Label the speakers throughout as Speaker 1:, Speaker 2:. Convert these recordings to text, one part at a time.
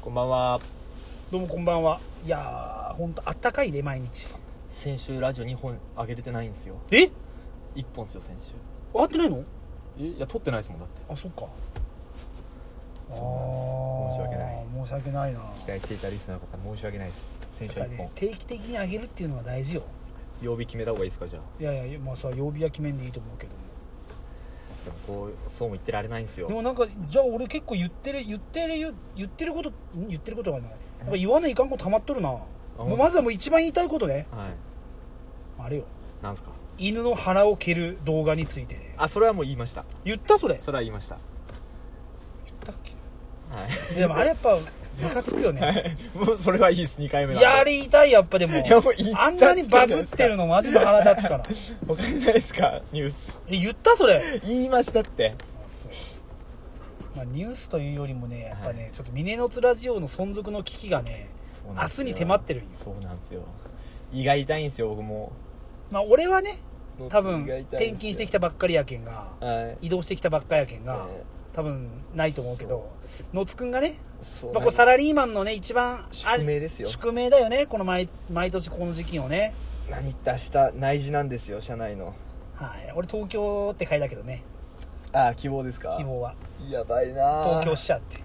Speaker 1: こんばんは
Speaker 2: どうもこんばんはいやーほんとあったかいで毎日
Speaker 1: 先週ラジオ2本上げれてないんですよ
Speaker 2: え
Speaker 1: 1本ですよ先週
Speaker 2: 上がってないの
Speaker 1: えいや撮ってないですもんだって
Speaker 2: あそっか
Speaker 1: そうなんです申し訳ない
Speaker 2: い申し訳ないな
Speaker 1: 期待していたリスナーの方申し訳ないです先
Speaker 2: やっ
Speaker 1: 週
Speaker 2: ぱ
Speaker 1: は1
Speaker 2: りね
Speaker 1: 本
Speaker 2: 定期的に上げるっていうのは大事よ
Speaker 1: 曜日決めた方がいいですかじゃあ
Speaker 2: いやいやまあそれは曜日は決めんでいいと思うけど
Speaker 1: でもこうそうも言ってられないんですよ
Speaker 2: でもなんかじゃあ俺結構言ってる言ってる言言ってることん言ってることがないやっぱ言わないかんことたまっとるなもうまずはもう一番言いたいことね
Speaker 1: はい
Speaker 2: あれよ
Speaker 1: なんすか
Speaker 2: 犬の腹を蹴る動画についてね
Speaker 1: あそれはもう言いました
Speaker 2: 言ったそれ
Speaker 1: それは言いました
Speaker 2: 言ったっけ
Speaker 1: はい
Speaker 2: でもあれやっぱムカつくよね
Speaker 1: もうそれはいいです2回目
Speaker 2: い
Speaker 1: なんで
Speaker 2: や、あれ言いたい、やっぱでも。
Speaker 1: いやもう言った
Speaker 2: あんなにバズってるのマジで腹 立つから。
Speaker 1: わかんないですかニュース
Speaker 2: え、言ったそれ。
Speaker 1: 言いましたって
Speaker 2: まあ、ニュースというよりもね、やっぱね、ちょっと峰の津ラジオの存続の危機がね、
Speaker 1: そうな
Speaker 2: 明
Speaker 1: んです
Speaker 2: 日
Speaker 1: よ
Speaker 2: に迫ってるんよ
Speaker 1: そうなんですよ胃が痛いんですよ僕も
Speaker 2: まあ、俺はね、多分、
Speaker 1: 胃が痛いんですよ
Speaker 2: 転勤してきたばっかりやけんが、
Speaker 1: はい
Speaker 2: 移動してきたばっかやけんが
Speaker 1: え、
Speaker 2: 多分、ないと思うけど、野津くんがね、
Speaker 1: そう
Speaker 2: まあ、これサラリーマンのね、一番、あ
Speaker 1: 宿命ですよ
Speaker 2: 宿命だよね、この毎、毎年この時期をね。
Speaker 1: 何って明日内示なんですよ社内の
Speaker 2: はい。俺、東京って書いたけどね、
Speaker 1: ああ希望ですか
Speaker 2: 希望は。
Speaker 1: やばいな
Speaker 2: 東京支社って。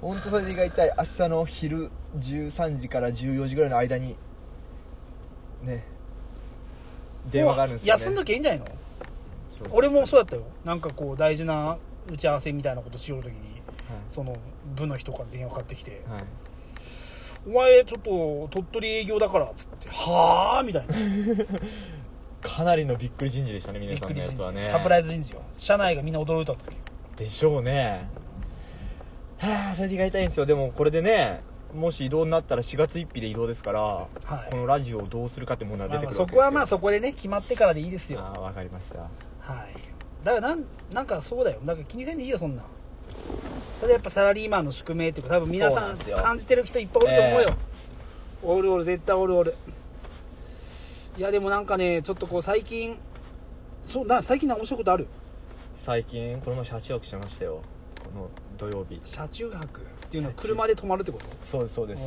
Speaker 1: 本当それが痛い明日の昼13時から14時ぐらいの間にね電話があるんですよ、ね、
Speaker 2: 休んどきゃいいんじゃないの俺もそうだったよなんかこう大事な打ち合わせみたいなことしよるときにその部の人から電話かかってきて
Speaker 1: はい、はい、
Speaker 2: 「お前ちょっと鳥取営業だから」っつって「はあ」みたいな
Speaker 1: かなりのびっくり人事でしたね
Speaker 2: び
Speaker 1: 皆
Speaker 2: っ
Speaker 1: さ
Speaker 2: く
Speaker 1: んの
Speaker 2: り
Speaker 1: や
Speaker 2: 人
Speaker 1: つはね
Speaker 2: 事サプライ
Speaker 1: ズ
Speaker 2: ズ人事よ社内がみんな驚いた時
Speaker 1: でしょうねはあそれでが痛いんですよでもこれでねもし移動になったら4月1日で移動ですから、
Speaker 2: はい
Speaker 1: このラジオをどうするかって問題が
Speaker 2: まあ
Speaker 1: 出て
Speaker 2: まあ
Speaker 1: くるわけです
Speaker 2: そ
Speaker 1: よ
Speaker 2: こはまあそこでね決まってからでいいですよ
Speaker 1: ああわかりました
Speaker 2: はいだからなんなんかそうだよなんか気にせんでいいよそんなんただやっぱサラリーマンの宿命っていうか多分皆
Speaker 1: そう
Speaker 2: さ
Speaker 1: なん
Speaker 2: ん
Speaker 1: ですよ
Speaker 2: 感じてる人いっぱいおると思うよ、
Speaker 1: え
Speaker 2: おるおる絶対おるおるいやでもなんかねちょっとこう最近そうな最近なんか面白いことある
Speaker 1: 最近この前車中泊してましたよこの土曜日
Speaker 2: 車中泊っていうのは
Speaker 1: 車中
Speaker 2: 車で泊まるってこと
Speaker 1: そうですそうです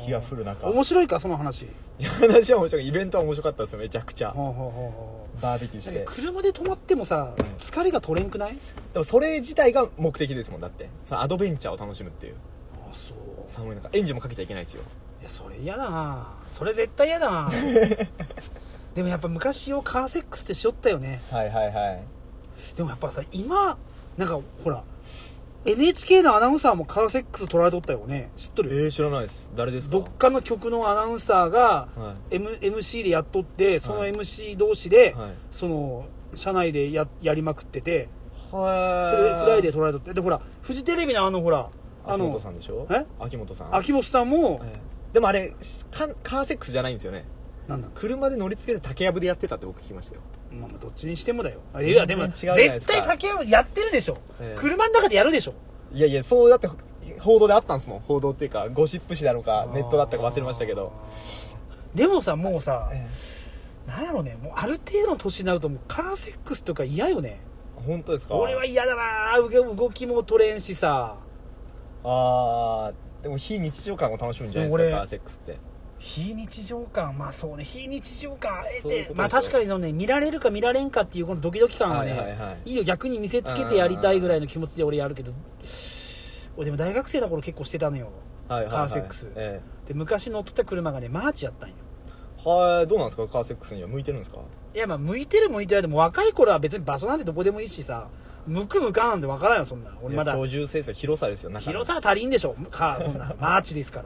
Speaker 1: 雪が降る中
Speaker 2: 面白いかその話
Speaker 1: 話は面白いイベントは面白かったですよめちゃくちゃ
Speaker 2: ほうほうほうほう
Speaker 1: バーベキューし
Speaker 2: だ
Speaker 1: て
Speaker 2: け
Speaker 1: で
Speaker 2: ど車で泊まってもさ、
Speaker 1: うん
Speaker 2: 疲れが取れんくない
Speaker 1: もそれ自体が目的ですもんだってそのアドベンチャーを楽しむっていう
Speaker 2: あそう
Speaker 1: 寒い中エンジンもかけちゃいけないですよ
Speaker 2: いやそれ嫌だなそれ絶対嫌だ なでもやっぱ昔をカーセックスってしよったよね
Speaker 1: はいはいはい
Speaker 2: でもやっぱさ今なんかほら NHK のアナウンサーもカーセックス取られとったよね知っと
Speaker 1: え
Speaker 2: る
Speaker 1: ー、知らないです誰ですか
Speaker 2: どっかの局のアナウンサーが、
Speaker 1: は
Speaker 2: M、MC でやっとってその
Speaker 1: はい
Speaker 2: MC 同士で、
Speaker 1: いはい
Speaker 2: その社内でややりまくっててそれ
Speaker 1: は
Speaker 2: フライで取られとってでほらフジテレビのあのほらあ
Speaker 1: 秋元
Speaker 2: の
Speaker 1: さんでしょ
Speaker 2: え
Speaker 1: 秋元さん
Speaker 2: 秋元さんも、
Speaker 1: えーでもあれカカーセックスじゃないんですよね
Speaker 2: なんだ
Speaker 1: 車で乗りつけて竹やぶでやってたって僕聞きましたよ
Speaker 2: まあ、まあどっちにしてもだよいやでも
Speaker 1: 全然違うじゃないで
Speaker 2: 絶
Speaker 1: すか
Speaker 2: 対竹山やってるでしょ、
Speaker 1: ええ
Speaker 2: 車の中でやるでしょ
Speaker 1: いやいやそうだって報道であったんですもん報道っていうかゴシップ誌なのかネットだったか忘れましたけど
Speaker 2: でもさもうさ、
Speaker 1: え
Speaker 2: なんやろねもうある程度の年になるともうカーセックスとか嫌よね
Speaker 1: え本当ですか
Speaker 2: 俺は嫌だな動動きも取れんしさ
Speaker 1: あーでも非日常感を楽しむんじゃないです
Speaker 2: 俺
Speaker 1: かカーセックスって
Speaker 2: 非日常感まあそうね非日常感あえ
Speaker 1: そういう
Speaker 2: て
Speaker 1: ことでしょ
Speaker 2: まあ確かにそのね見られるか見られんかっていうこのドキドキ感はね、
Speaker 1: はいい
Speaker 2: い
Speaker 1: はいはい
Speaker 2: よ逆に見せつけてやりたいぐらいの気持ちで俺やるけど俺でも大学生の頃結構してたのよ
Speaker 1: はいはいはい
Speaker 2: カーセックス
Speaker 1: え
Speaker 2: で昔乗ってた車がねマーチやったんよ
Speaker 1: えはいどうなんですかカーセックスには向いてるんですか
Speaker 2: いやまあ向いてる向いてないでも若い頃は別に場所なんてどこでもいいしさ向く向かんなんて分からんよそんな俺ま
Speaker 1: い
Speaker 2: だ
Speaker 1: や居住性ですよ広さですよ中の
Speaker 2: 広さは足りんでしょ かそんなマーチですから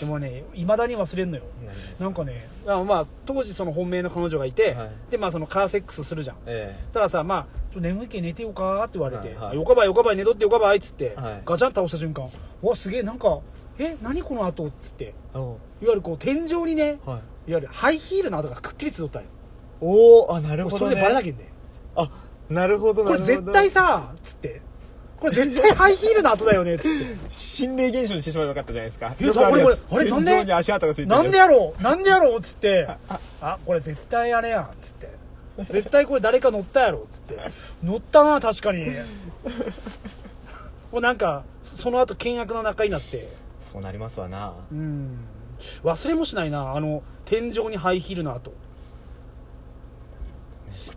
Speaker 2: でもねいまだに忘れんのよなんかねまあまあ当時その本命の彼女がいて、
Speaker 1: はい
Speaker 2: でまあそのカーセックスするじゃん
Speaker 1: え
Speaker 2: たらさまあちょ眠いけ寝てよかって言われて、
Speaker 1: はいはい
Speaker 2: よかばいよかばい寝とってよかばいっつって、
Speaker 1: はい
Speaker 2: ガチャン倒した瞬間うわすげえなんかえ何この後っつって
Speaker 1: えお
Speaker 2: いわゆるこう天井にね
Speaker 1: はい
Speaker 2: いわゆるハイヒールの跡がくっきりつどったんよ
Speaker 1: おおあなるほど、ね、
Speaker 2: それでバレなきゃいけんね
Speaker 1: あなるほど
Speaker 2: これ絶対
Speaker 1: なる
Speaker 2: さつってこれ絶対ハイヒールの跡だ よねつって
Speaker 1: ほど心霊現象にしてしまえばよかったじゃないですか
Speaker 2: え
Speaker 1: よくるやつ
Speaker 2: 俺俺 あれなんで
Speaker 1: 天井に足跡がついてる
Speaker 2: なんでやろうなんでやろうつってあこれ絶対あれやんつって 絶対これ誰か乗ったやろつって乗ったな確かにもうなんかその後険悪な仲になって
Speaker 1: そうなりますわな
Speaker 2: うん忘れもしないなあの天井にハイヒールの後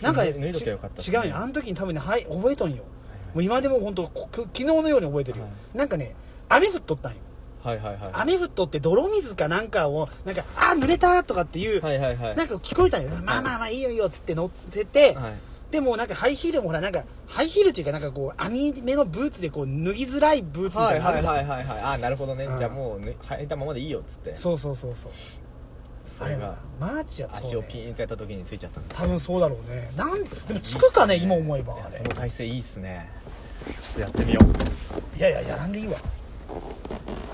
Speaker 2: なんかね
Speaker 1: 脱いど
Speaker 2: ち
Speaker 1: きゃ
Speaker 2: 違
Speaker 1: よかった
Speaker 2: うよあの時に多分ね、はい、覚えとんよも
Speaker 1: は
Speaker 2: う
Speaker 1: い
Speaker 2: 今でも本当こ昨日のように覚えてるよ、
Speaker 1: は
Speaker 2: なんかね雨降っとったんよ
Speaker 1: はいはいはい
Speaker 2: 雨降っとって泥水かなんかをなんかあー濡れたとかっていう、
Speaker 1: はいはいはい
Speaker 2: なんか聞こえたんよ、まあまあまあいいよいいよっつって乗せて、
Speaker 1: はい
Speaker 2: でもなんかハイヒールもほらなんかハイヒールっていうかなんかこう網目のブーツでこう脱ぎづらいブーツみ
Speaker 1: は
Speaker 2: たい
Speaker 1: い
Speaker 2: なのあ
Speaker 1: は
Speaker 2: る
Speaker 1: い
Speaker 2: じゃん、
Speaker 1: はいはいはいああなるほどね
Speaker 2: うん
Speaker 1: じゃあもうね履いたままでいいよっつって
Speaker 2: そうそうそうそう
Speaker 1: そ
Speaker 2: あれ
Speaker 1: れ
Speaker 2: は
Speaker 1: が
Speaker 2: マーチやつ
Speaker 1: 足をピーンってやった時についちゃったんです
Speaker 2: 多分そうだろうねなんでもつくかね今思えば
Speaker 1: い
Speaker 2: あ
Speaker 1: や
Speaker 2: れ
Speaker 1: その体勢いいっすねちょっとやってみよう
Speaker 2: いやいややらんでいいわ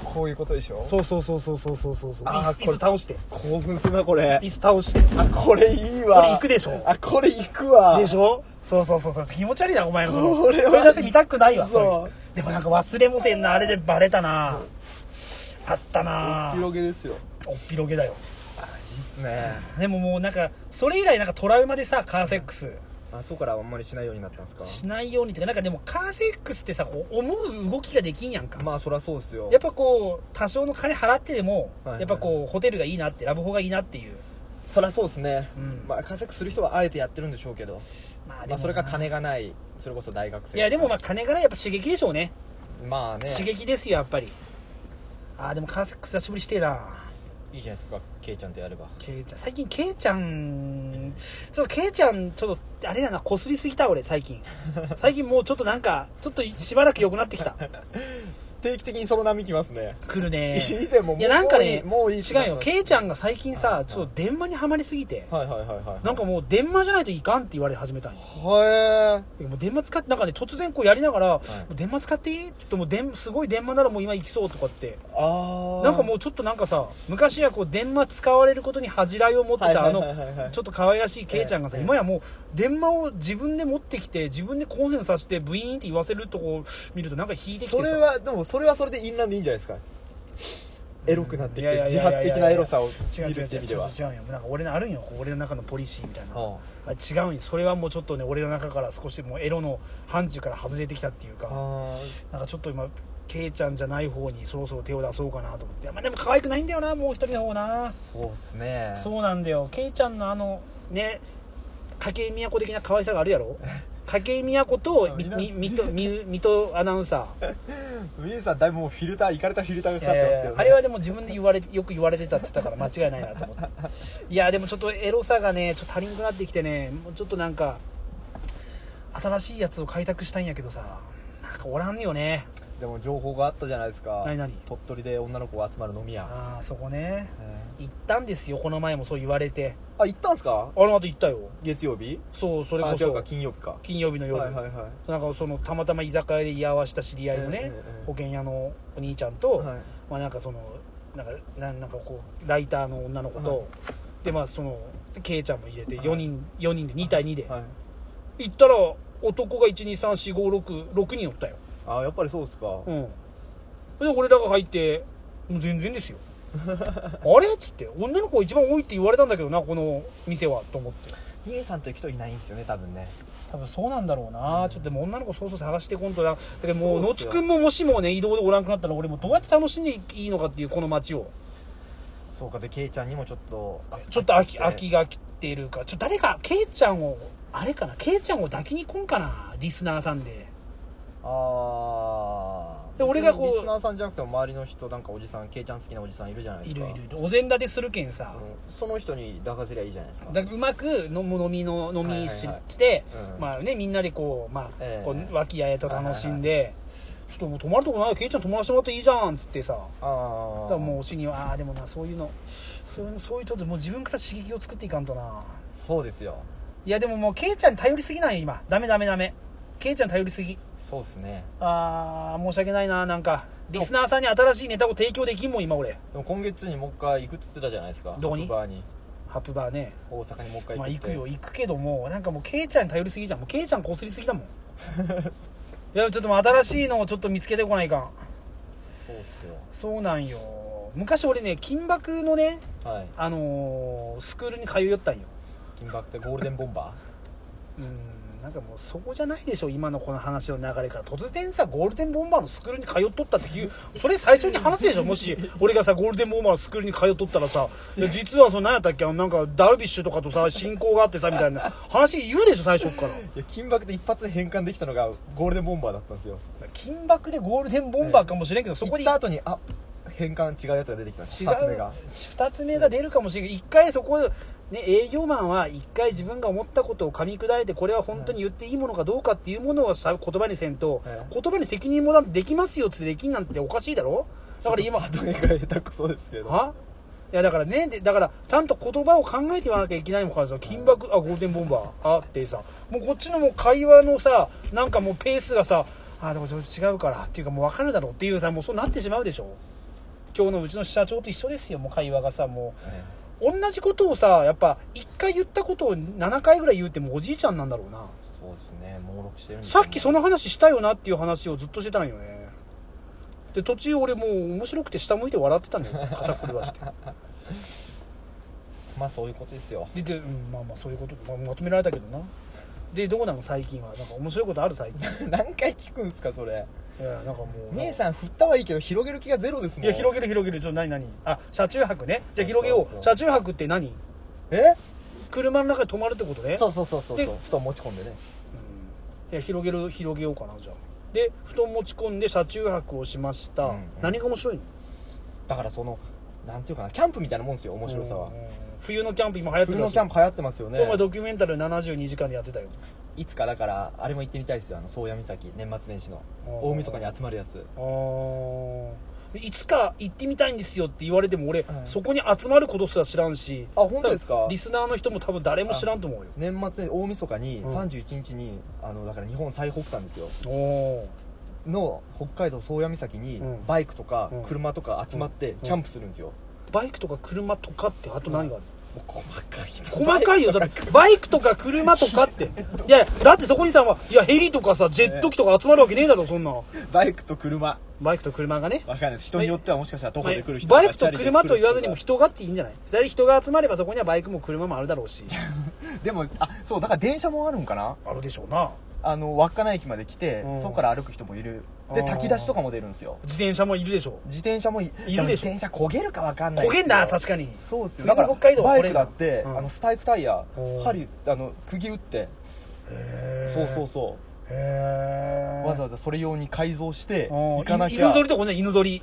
Speaker 1: こういうことでしょ
Speaker 2: そうそうそうそうそうそうそうそう
Speaker 1: あー
Speaker 2: 椅子椅子
Speaker 1: これ
Speaker 2: 倒して
Speaker 1: 興奮するなこれ
Speaker 2: 椅子倒して
Speaker 1: あこれいい
Speaker 2: こ
Speaker 1: わ
Speaker 2: れ行くでしょ
Speaker 1: あこれ行くわ
Speaker 2: でしょそうそうそうそう気持ち悪いなお前のその
Speaker 1: これは
Speaker 2: それだって見たくないわ
Speaker 1: そう
Speaker 2: そういうでもなんか忘れもせんなあれでバレたなあったな
Speaker 1: 広げですよ
Speaker 2: おっぴろげだよ
Speaker 1: いいっすね
Speaker 2: でももうなんかそれ以来なんかトラウマでさカーセックス
Speaker 1: あそうからあんまりしないようになったんです
Speaker 2: しないようにっていうかなんかでもカーセックスってさこう思う動きができんやんか
Speaker 1: かまあそりゃそうっすよ
Speaker 2: やっぱこう多少の金払ってでも、
Speaker 1: はいはい
Speaker 2: やっぱこうホテルがいいなってラブホがいいなっていう
Speaker 1: そりゃそうっすね
Speaker 2: うん
Speaker 1: まあ活躍する人はあえてやってるんでしょうけど
Speaker 2: まあでもな
Speaker 1: まあそれか金がないそれこそ大学生
Speaker 2: いやでもまあ金からやっぱ刺激でしょうね
Speaker 1: まあね
Speaker 2: 刺激ですよやっぱりあーでもカーセックス久しぶりしてえない
Speaker 1: いじゃないですかケイちゃんとやれば
Speaker 2: ケイちゃん最近ケイちゃんちょっとケイちゃんちょっとあれだなこすりすぎた俺最 近最近もうちょっとなんかちょっとしばらく良くなってきた
Speaker 1: 定期的にその波きますね
Speaker 2: 来るね
Speaker 1: 以前ももう
Speaker 2: いやなんかね
Speaker 1: もういいもういい
Speaker 2: 違うよケイちゃんが最近
Speaker 1: はいは
Speaker 2: さ
Speaker 1: い
Speaker 2: ちょっと電話にはまりすぎて
Speaker 1: はいはいはいはい
Speaker 2: なんかもう電話じゃないといかんって言われ始めたんよ
Speaker 1: はえ
Speaker 2: もう電話使ってなんかね突然こうやりながら「
Speaker 1: い
Speaker 2: もう電話使っていい?」ちょっともう電すごい電話ならもう今行きそう」とかって
Speaker 1: あ
Speaker 2: なんか
Speaker 1: う
Speaker 2: もうちょっとなんかさ昔はこう電話使われることに恥じらいを持ってたあ
Speaker 1: はい
Speaker 2: の
Speaker 1: はいはいはいはい
Speaker 2: ちょっと可愛らしいケイちゃんがさ
Speaker 1: ええ
Speaker 2: 今やもう電話を自分で持ってきて自分でコンセントさせてブイーンって言わせるとこを見るとなんか引いてきて
Speaker 1: そ
Speaker 2: さ
Speaker 1: れはでもそれはそれでインランでいいんじゃないですかエロくなって
Speaker 2: い
Speaker 1: き
Speaker 2: やい
Speaker 1: て
Speaker 2: やい
Speaker 1: 自
Speaker 2: やいや
Speaker 1: 発的なエロさを
Speaker 2: 違う違う
Speaker 1: 見
Speaker 2: 違
Speaker 1: る
Speaker 2: う
Speaker 1: って
Speaker 2: 違
Speaker 1: 意
Speaker 2: う
Speaker 1: 味
Speaker 2: 違
Speaker 1: で
Speaker 2: う
Speaker 1: は
Speaker 2: よなんか俺のあるんよこう俺の中のポリシーみたいな
Speaker 1: うん
Speaker 2: あ違うんよそれはもうちょっとね俺の中から少しもうエロの範疇から外れてきたっていうか
Speaker 1: あ
Speaker 2: なんかちょっと今ケイちゃんじゃない方にそろそろ手を出そうかなと思って、まあ、でも可愛くないんだよなもう一人の方な
Speaker 1: ーそうっすね
Speaker 2: そうなんだよケイちゃんのあのね筧美和子的な可愛さがある やろ筧美和子とみ
Speaker 1: あ
Speaker 2: みみとみみとアナウンサ ー
Speaker 1: ウィンさんだいぶもうフィルターいかれたフィルターが
Speaker 2: い
Speaker 1: かかって
Speaker 2: や
Speaker 1: ま
Speaker 2: い
Speaker 1: す
Speaker 2: や
Speaker 1: けど、
Speaker 2: いや
Speaker 1: ね、
Speaker 2: あれはでも自分で言われよく言われてたって言ったから間違いないなと 思っていやでもちょっとエロさがねちょっと足りんくなってきてねもうちょっとなんか新しいやつを開拓したいんやけどさなんかおらんよね
Speaker 1: でも情報があったじゃないですか
Speaker 2: 何々
Speaker 1: 鳥取で女の子が集まる飲み屋
Speaker 2: ああそこね
Speaker 1: え
Speaker 2: 行ったんですよこの前もそう言われて
Speaker 1: ーあ行ったんすか
Speaker 2: あの後行ったよ
Speaker 1: 月曜日
Speaker 2: そうそれ
Speaker 1: あ
Speaker 2: こ
Speaker 1: 違うか
Speaker 2: そ
Speaker 1: 金曜日か
Speaker 2: 金曜日の夜、
Speaker 1: はいはいはい
Speaker 2: なんかそのたまたま居酒屋で居合わせた知り合いのね、
Speaker 1: ええええ
Speaker 2: 保険屋のお兄ちゃんと、
Speaker 1: はい
Speaker 2: まあなんかそのなんかなんなんかこうライターの女の子と、
Speaker 1: はい
Speaker 2: でまあそのケイちゃんも入れて
Speaker 1: はい
Speaker 2: 4人、四人で2対2で、
Speaker 1: はい
Speaker 2: 行ったら男が123456人おったよ
Speaker 1: あやっぱりそうっすか、
Speaker 2: うんで俺らが入ってもう全 然ですよあれっつって女の子が一番多いって言われたんだけどなこの店はと思って
Speaker 1: ミエさんと行く人いないんですよね多分ね
Speaker 2: 多分そうなんだろうな、
Speaker 1: うん
Speaker 2: ちょっとでも女の子そうそう探してこんとなだけども
Speaker 1: そ
Speaker 2: う
Speaker 1: う
Speaker 2: 野
Speaker 1: っす
Speaker 2: 津
Speaker 1: よ
Speaker 2: くんももしもね移動でおらんくなったら俺もどうやって楽しんでいいのかっていうこの街を
Speaker 1: そうかでケイちゃんにもちょっと
Speaker 2: ちょっと飽き飽きが来てるかちょっと誰かケイちゃんをあれかなケイちゃんを抱きに来んかなリスナーさんで
Speaker 1: ああ
Speaker 2: で俺がこう
Speaker 1: リスナーさんじゃなくても周りの人なんかおじさんケイちゃん好きなおじさんいるじゃないで
Speaker 2: い
Speaker 1: す
Speaker 2: る
Speaker 1: か
Speaker 2: いるいるお膳立てするけんさ、
Speaker 1: うんその人に抱かせりゃいいじゃないですか
Speaker 2: だからうまく飲む飲みの飲みし
Speaker 1: はいはいはい
Speaker 2: して、
Speaker 1: うん
Speaker 2: まあねみんなでこうまあ、
Speaker 1: ええ
Speaker 2: こう和気あいあいと楽しんで、ちょっともう泊まるとこないよケイちゃん泊まらせてもらっていいじゃんっつってさ
Speaker 1: あ
Speaker 2: だ
Speaker 1: あ
Speaker 2: からもう推しにはああでもなそういうのそういうのそういうちょっともう自分から刺激を作っていかんとな
Speaker 1: そうですよ
Speaker 2: いやでももうケイちゃんに頼りすぎないよ今ダメダメダメケイちゃん頼りすぎ
Speaker 1: そうっすね
Speaker 2: あー申し訳ないななんかリスナーさんに新しいネタを提供できんもん今俺
Speaker 1: でも今月にもう一回行くっつってたじゃないですか
Speaker 2: どこに
Speaker 1: ハプバーに
Speaker 2: ハプバーね
Speaker 1: 大阪にもう一回
Speaker 2: まあ行
Speaker 1: って
Speaker 2: くよ行くけどもなんかもうケイちゃんに頼りすぎじゃんもうケイちゃんこすりすぎだもん いやちょっともう新しいのをちょっと見つけてこないかん
Speaker 1: そうっすよ
Speaker 2: そうなんよ昔俺ね金箔のね
Speaker 1: はい
Speaker 2: あのースクールに通いよったんよ
Speaker 1: 金箔ってゴールデンボンバ
Speaker 2: うんなんかもうそこじゃないでしょ今のこの話の流れから突然さゴールデンボンバーのスクールに通っとったっていうそれ最初に話すでしょもし俺がさゴールデンボンバーのスクールに通っとったらさ実はその何やったっけあのなんかダルビッシュとかとさ親交があってさみたいな話言うでしょ最初っから
Speaker 1: いや金箔で一発で変換できたのがゴールデンボンバーだったんですよ
Speaker 2: 金箔でゴールデンボンバーかもしれんけどそこに
Speaker 1: 行った後にあ変換違うやつが出てきた
Speaker 2: 違う
Speaker 1: 2つ目が
Speaker 2: 二つ目が出るかもしれない一回そこ、ね、営業マンは一回自分が思ったことを噛み砕いてこれは本当に言っていいものかどうかっていうものをさ言葉にせんと、
Speaker 1: はい
Speaker 2: 言葉に責任もなんてできますよってできんなんておかしいだろだから
Speaker 1: 後
Speaker 2: 今
Speaker 1: が下手くそですけど
Speaker 2: はいやだからねでだからちゃんと言葉を考えて言わなきゃいけないもんからさ金箔あゴールデンボンバーあってさもうこっちのもう会話のさなんかもうペースがさあでもちょっと違うからっていうかもう分かるだろうっていうさもうそうなってしまうでしょ今日のうちの社長と一緒ですよもう会話がさもう同じことをさやっぱ1回言ったことを7回ぐらい言うってもうおじいちゃんなんだろうな
Speaker 1: そうですね猛録してるんです
Speaker 2: さっきそ
Speaker 1: の
Speaker 2: の話したよなっていう話をずっとしてたんよねで途中俺もう面白くて下向いて笑ってたんだよ肩震わして
Speaker 1: まあそういうことですよ
Speaker 2: でで、うん、まあまあそういうこと、まあ、まとめられたけどなでどうなの最近はなんか面白いことある最 近
Speaker 1: 何回聞くんすかそれ
Speaker 2: いやなんかもう
Speaker 1: 姉さん振ったはいいけど広げる気がゼロですもん
Speaker 2: いや広げる広げるちょっと何何あ車中泊ねじゃあ広げよう
Speaker 1: そうそうそう
Speaker 2: 車中泊って何
Speaker 1: え
Speaker 2: 車の中で泊まるってことね
Speaker 1: そうそうそうそう
Speaker 2: で
Speaker 1: そう布団持ち込んでね
Speaker 2: うんいや広げる広げようかなじゃあで布団持ち込んで車中泊をしました、
Speaker 1: うんうん
Speaker 2: 何が面白いの
Speaker 1: だからそのなんていうかなキャンプみたいなもんですよ面白さは
Speaker 2: うんうん冬のキャンプ今流行って
Speaker 1: 冬
Speaker 2: るら
Speaker 1: の
Speaker 2: しい
Speaker 1: キャンプ流行ってますよね
Speaker 2: 今回ドキュメンタル72時間でやってたよ
Speaker 1: いつかだからあれも行ってみたいですよあの宗谷岬年末年始の
Speaker 2: おー
Speaker 1: 大晦日に集まるやつ
Speaker 2: あーいつか行ってみたいんですよって言われても俺、
Speaker 1: はい
Speaker 2: そこに集まることすら知らんし
Speaker 1: あ本当ですか
Speaker 2: 多分リスナーの人も多分誰も知らんと思うよ
Speaker 1: 年末年大晦日に
Speaker 2: うん
Speaker 1: 31日に、あのだから日本最北端ですよ
Speaker 2: お
Speaker 1: の北海道宗谷岬に
Speaker 2: うん
Speaker 1: バイクとか
Speaker 2: うん
Speaker 1: 車とか集まって
Speaker 2: ん
Speaker 1: キャンプするんですよ、
Speaker 2: バイクとか車とかってあと何がある、
Speaker 1: もう細かいな
Speaker 2: 細かいよだってバイクとか車とかっていやだってそこにさ、まあいやヘリとかさジェット機とか集まるわけねえだろそんな
Speaker 1: バイクと車
Speaker 2: バイクと車がね
Speaker 1: わかんない人によってはもしかしたら徒歩で来る人
Speaker 2: バイ
Speaker 1: か
Speaker 2: クと車と言わずにも人がっていいんじゃないだい人が集まればそこにはバイクも車もあるだろうし
Speaker 1: でもあそうだから電車もあるんかな
Speaker 2: あるでしょうな
Speaker 1: あの稚内駅まで来て、
Speaker 2: うん
Speaker 1: そこから歩く人もいるで
Speaker 2: あー
Speaker 1: 炊き出しとかも出るんですよ
Speaker 2: 自転車もいるでしょ
Speaker 1: 自転車もいい
Speaker 2: いるでしょ
Speaker 1: も自転車焦げるかわかんない
Speaker 2: 焦げんな確
Speaker 1: か
Speaker 2: かに
Speaker 1: そうですよ
Speaker 2: 冬
Speaker 1: だ
Speaker 2: の
Speaker 1: から
Speaker 2: 北海道は
Speaker 1: バ
Speaker 2: こ
Speaker 1: イ
Speaker 2: れ
Speaker 1: クだって、
Speaker 2: うん
Speaker 1: あのスパイクタイヤ
Speaker 2: おー
Speaker 1: 針あの釘打ってそうそうそう
Speaker 2: へえ
Speaker 1: うわざわざそれ用に改造して
Speaker 2: うん
Speaker 1: 行かないき
Speaker 2: 犬
Speaker 1: ゃ
Speaker 2: ぞりとかね犬ぞり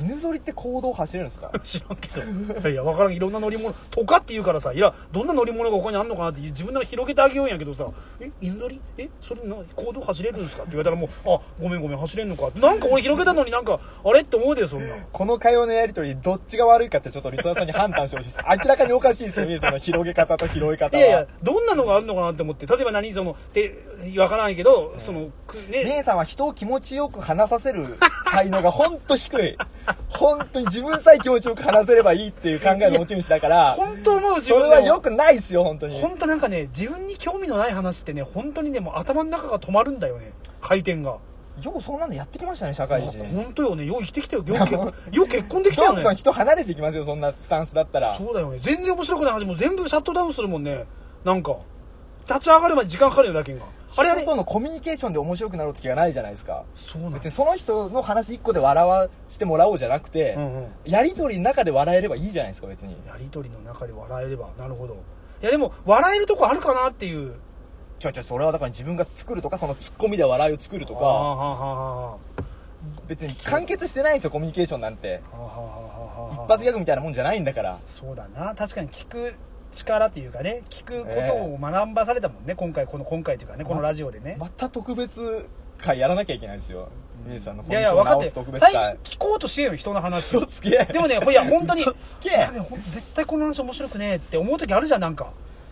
Speaker 1: 犬ぞりって行動走れるんですか
Speaker 2: 知らんけどいやいや分からんいろんな乗り物とかって言うからさいやどんな乗り物が他にあんのかなって自分なら広げてあげようんやけどさ「え犬ぞりえそれな行動走れるんですか?」って言われたらもう「あごめんごめん走れんのか」な んか俺広げたのになんかあれって思うでそんな
Speaker 1: この会話のやりとりどっちが悪いかってちょっとリスナーさんに判断してほしいです 明らかにおかしいですよねその広げ方と拾い方
Speaker 2: い
Speaker 1: は
Speaker 2: やいやどんなのがあるのかなって思って例えば何そので分からんけど、そのくね
Speaker 1: 姉さんは人を気持ちよく話させる才能がほんと低い。ほんとに自分さえ気持ちよく話せればいいっていう考えの持ち主だから、
Speaker 2: 本当思う自
Speaker 1: それ
Speaker 2: 分
Speaker 1: は
Speaker 2: が
Speaker 1: 良くないっすよ、ほんとに。
Speaker 2: 本当なんかね自分に興味のない話ってね本当にねもう頭の中が止まるんだよね回転が
Speaker 1: ようそんなのやってきましたね、社会人。
Speaker 2: 本当よねよう生きてきたよよ うけよう結婚できたよ
Speaker 1: どん
Speaker 2: ね
Speaker 1: どん人離れていきますよ、そんなスタンスだったら。
Speaker 2: そうだよね全然面白くない話も全部シャットダウンするもんねなんか立ち上がるまで時間かかるよだけがあれあれ
Speaker 1: 人とのコミュニケーションで面白くなろうって気がないじゃないですか。
Speaker 2: そうなん
Speaker 1: 別にその人の話一個で笑わしてもらおうじゃなくて、
Speaker 2: うんうん
Speaker 1: やりとりの中で笑えればいいじゃないですか、別に。
Speaker 2: やりとりの中で笑えればなるほどいやでも笑えるとこあるかなっていう
Speaker 1: ちょちょ、それはだから自分が作るとか、そのツッコミで笑いを作ると
Speaker 2: あ
Speaker 1: か、
Speaker 2: はあはあは
Speaker 1: 別に完結してないんですよコミュニケーションなんて
Speaker 2: あはあはあはあはあ
Speaker 1: 一発ギャグみたいなもんじゃないんだから
Speaker 2: そうだな確かに聞く力というかね聞くことを学ばされたもんね、今回この今回というかねこのラジオでね、
Speaker 1: また特別会やらなきゃいけないですよ皆さんのコ
Speaker 2: い
Speaker 1: ミュ
Speaker 2: や
Speaker 1: ニケーシ
Speaker 2: いや
Speaker 1: ョン
Speaker 2: 分か
Speaker 1: 直
Speaker 2: って
Speaker 1: す特別
Speaker 2: 最
Speaker 1: 会
Speaker 2: 近聞こうとしてるよ人の話
Speaker 1: 嘘つけ
Speaker 2: でもねほいや本当に
Speaker 1: 嘘つけ
Speaker 2: いやねほんと絶対この話面白くねえって思う時あるじゃんなんか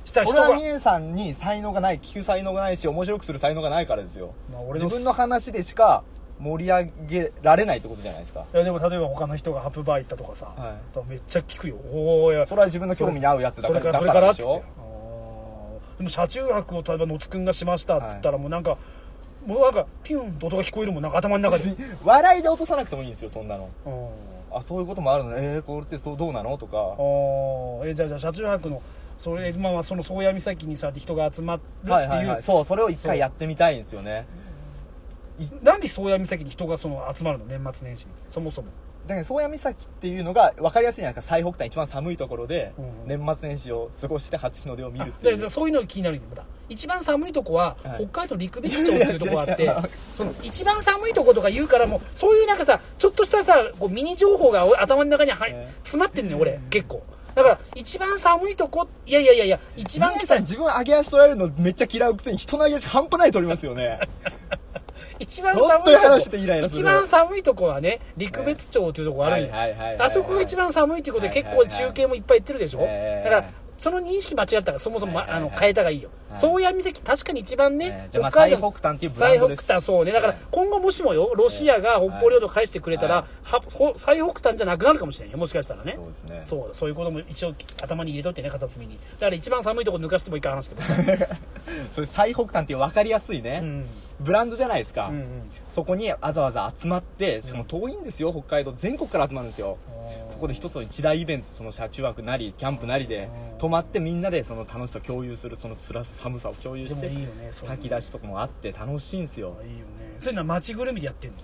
Speaker 2: したら
Speaker 1: そ
Speaker 2: 人
Speaker 1: れ
Speaker 2: が
Speaker 1: は峰さんに才能がない聞く才能がないし面白くする才能がないからですよ、
Speaker 2: まあ俺の
Speaker 1: 自分の話でしか盛り上げられないってことじゃないですか
Speaker 2: いやでも例えば他の人がハプバー行ったとかさ、
Speaker 1: は
Speaker 2: だからめっちゃ聞くよおおいや
Speaker 1: それは自分の興味に合うやつだ
Speaker 2: そ
Speaker 1: から
Speaker 2: れからそれ
Speaker 1: だ
Speaker 2: か
Speaker 1: からら
Speaker 2: っ
Speaker 1: で
Speaker 2: つ
Speaker 1: し
Speaker 2: って
Speaker 1: ょ
Speaker 2: あーでも車中泊を例えば野津くんがしましたっつったらもうなんか、もうなんかピュンと音が聞こえるもんなんか頭の 中で、
Speaker 1: 笑いで落とさなくてもいいんですよそんなの
Speaker 2: うん
Speaker 1: あそういうこともあるのねえー、これってそうどうなのとか
Speaker 2: あーえじゃあじゃあ車中泊のそれまあまあその宗谷岬にさ人が集まるっていう、
Speaker 1: はいはいはいそうそれを一回やってみたいんですよね
Speaker 2: なんで宗谷岬に人がその集まるの年末年始にそもそも
Speaker 1: だから宗谷岬っていうのが分かりやすいじゃないですか最北端一番寒いところで
Speaker 2: うん
Speaker 1: 年末年始を過ごして初日の出を見るって
Speaker 2: だ
Speaker 1: い
Speaker 2: か
Speaker 1: う
Speaker 2: らそういうのが気になるんだまだ一番寒いとこは、
Speaker 1: はい
Speaker 2: 北海道陸別町っていうとこがあっ
Speaker 1: い
Speaker 2: て
Speaker 1: や違う違う
Speaker 2: その一番寒いとことか言うからもうそういうなんかさちょっとしたさこうミニ情報がお頭の中には、
Speaker 1: ええ
Speaker 2: 詰まってんね俺結構だから一番寒いとこいやいやいやいや一番
Speaker 1: 皆さん自分上げ足取られるのめっちゃ嫌うくせに人の上げ足半端ない取りますよ ね
Speaker 2: 一番
Speaker 1: 本
Speaker 2: 寒
Speaker 1: 当
Speaker 2: い
Speaker 1: に
Speaker 2: とこ
Speaker 1: 話してイライラする
Speaker 2: 一番寒いとこはね陸別町っていうとこあるんよ
Speaker 1: はいはいはいはいはい
Speaker 2: あそこが一番寒いっていうことで
Speaker 1: はい
Speaker 2: 結
Speaker 1: はいはい
Speaker 2: 構中継もいっぱい行ってるでしょ、
Speaker 1: ええ
Speaker 2: だからその認識間違ったからそもそも、ま
Speaker 1: はいはいはい
Speaker 2: あの変えたがいいよ
Speaker 1: はい
Speaker 2: 宗谷、岬確かに一番ね、
Speaker 1: ええじゃあまあ
Speaker 2: 北海道
Speaker 1: 最北端っていうブランドです
Speaker 2: 最北端そうねだから
Speaker 1: ええ
Speaker 2: 今後もしもよロシアが北方領土返してくれたら、
Speaker 1: は
Speaker 2: はほ最北端じゃなくなるかもしれないよもしかしたらね
Speaker 1: そうですね
Speaker 2: そうそういうことも一応頭に入れといてね片隅にだから一番寒いとこ抜かしてもいいから話しても らって
Speaker 1: それ最北端っていう分かりやすいね、
Speaker 2: うん
Speaker 1: ブランドじゃないですか、
Speaker 2: うんうん
Speaker 1: そこにわざわざ集まってしかも遠いんですよ北海道全国から集まるんですよそこで一つの一大イベントその車中泊なりキャンプなりで泊まってみんなでその楽しさを共有するその辛さ寒さを共有
Speaker 2: で
Speaker 1: し
Speaker 2: も
Speaker 1: て
Speaker 2: いいよねそういうの
Speaker 1: 炊き出しとかもあって楽しいんですよ
Speaker 2: いいよねそういうのは街ぐるみでやってんの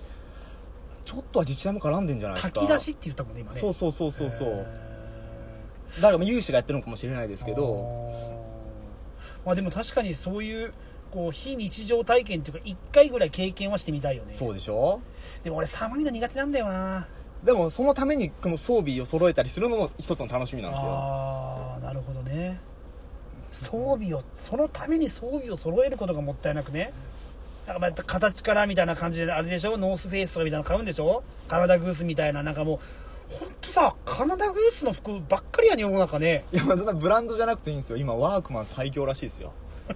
Speaker 1: ちょっとは自治体も絡んでんじゃないですか
Speaker 2: 炊き出しって言ったもんね今ね
Speaker 1: そうそうそうそうそ
Speaker 2: へ
Speaker 1: うだから有志がやってるのかもしれないです
Speaker 2: ー
Speaker 1: けど
Speaker 2: あーまあでも確かにそういうこう非日常体験っていうか一回ぐらい経験はしてみたいよね
Speaker 1: そうでしょ
Speaker 2: でも俺寒いの苦手なんだよな
Speaker 1: でもそのためにこの装備を揃えたりするのも一つの楽しみなんですよ
Speaker 2: ああなるほどね装備をそのために装備を揃えることがもったいなくねなんかまた形からみたいな感じであれでしょノースフェイスとかみたいなの買うんでしょカナダグースみたいななんかもうほんとさカナダグースの服ばっかりやね世の中ね
Speaker 1: いやまあそんなブランドじゃなくていいんですよ今ワークマン最強らしいですよ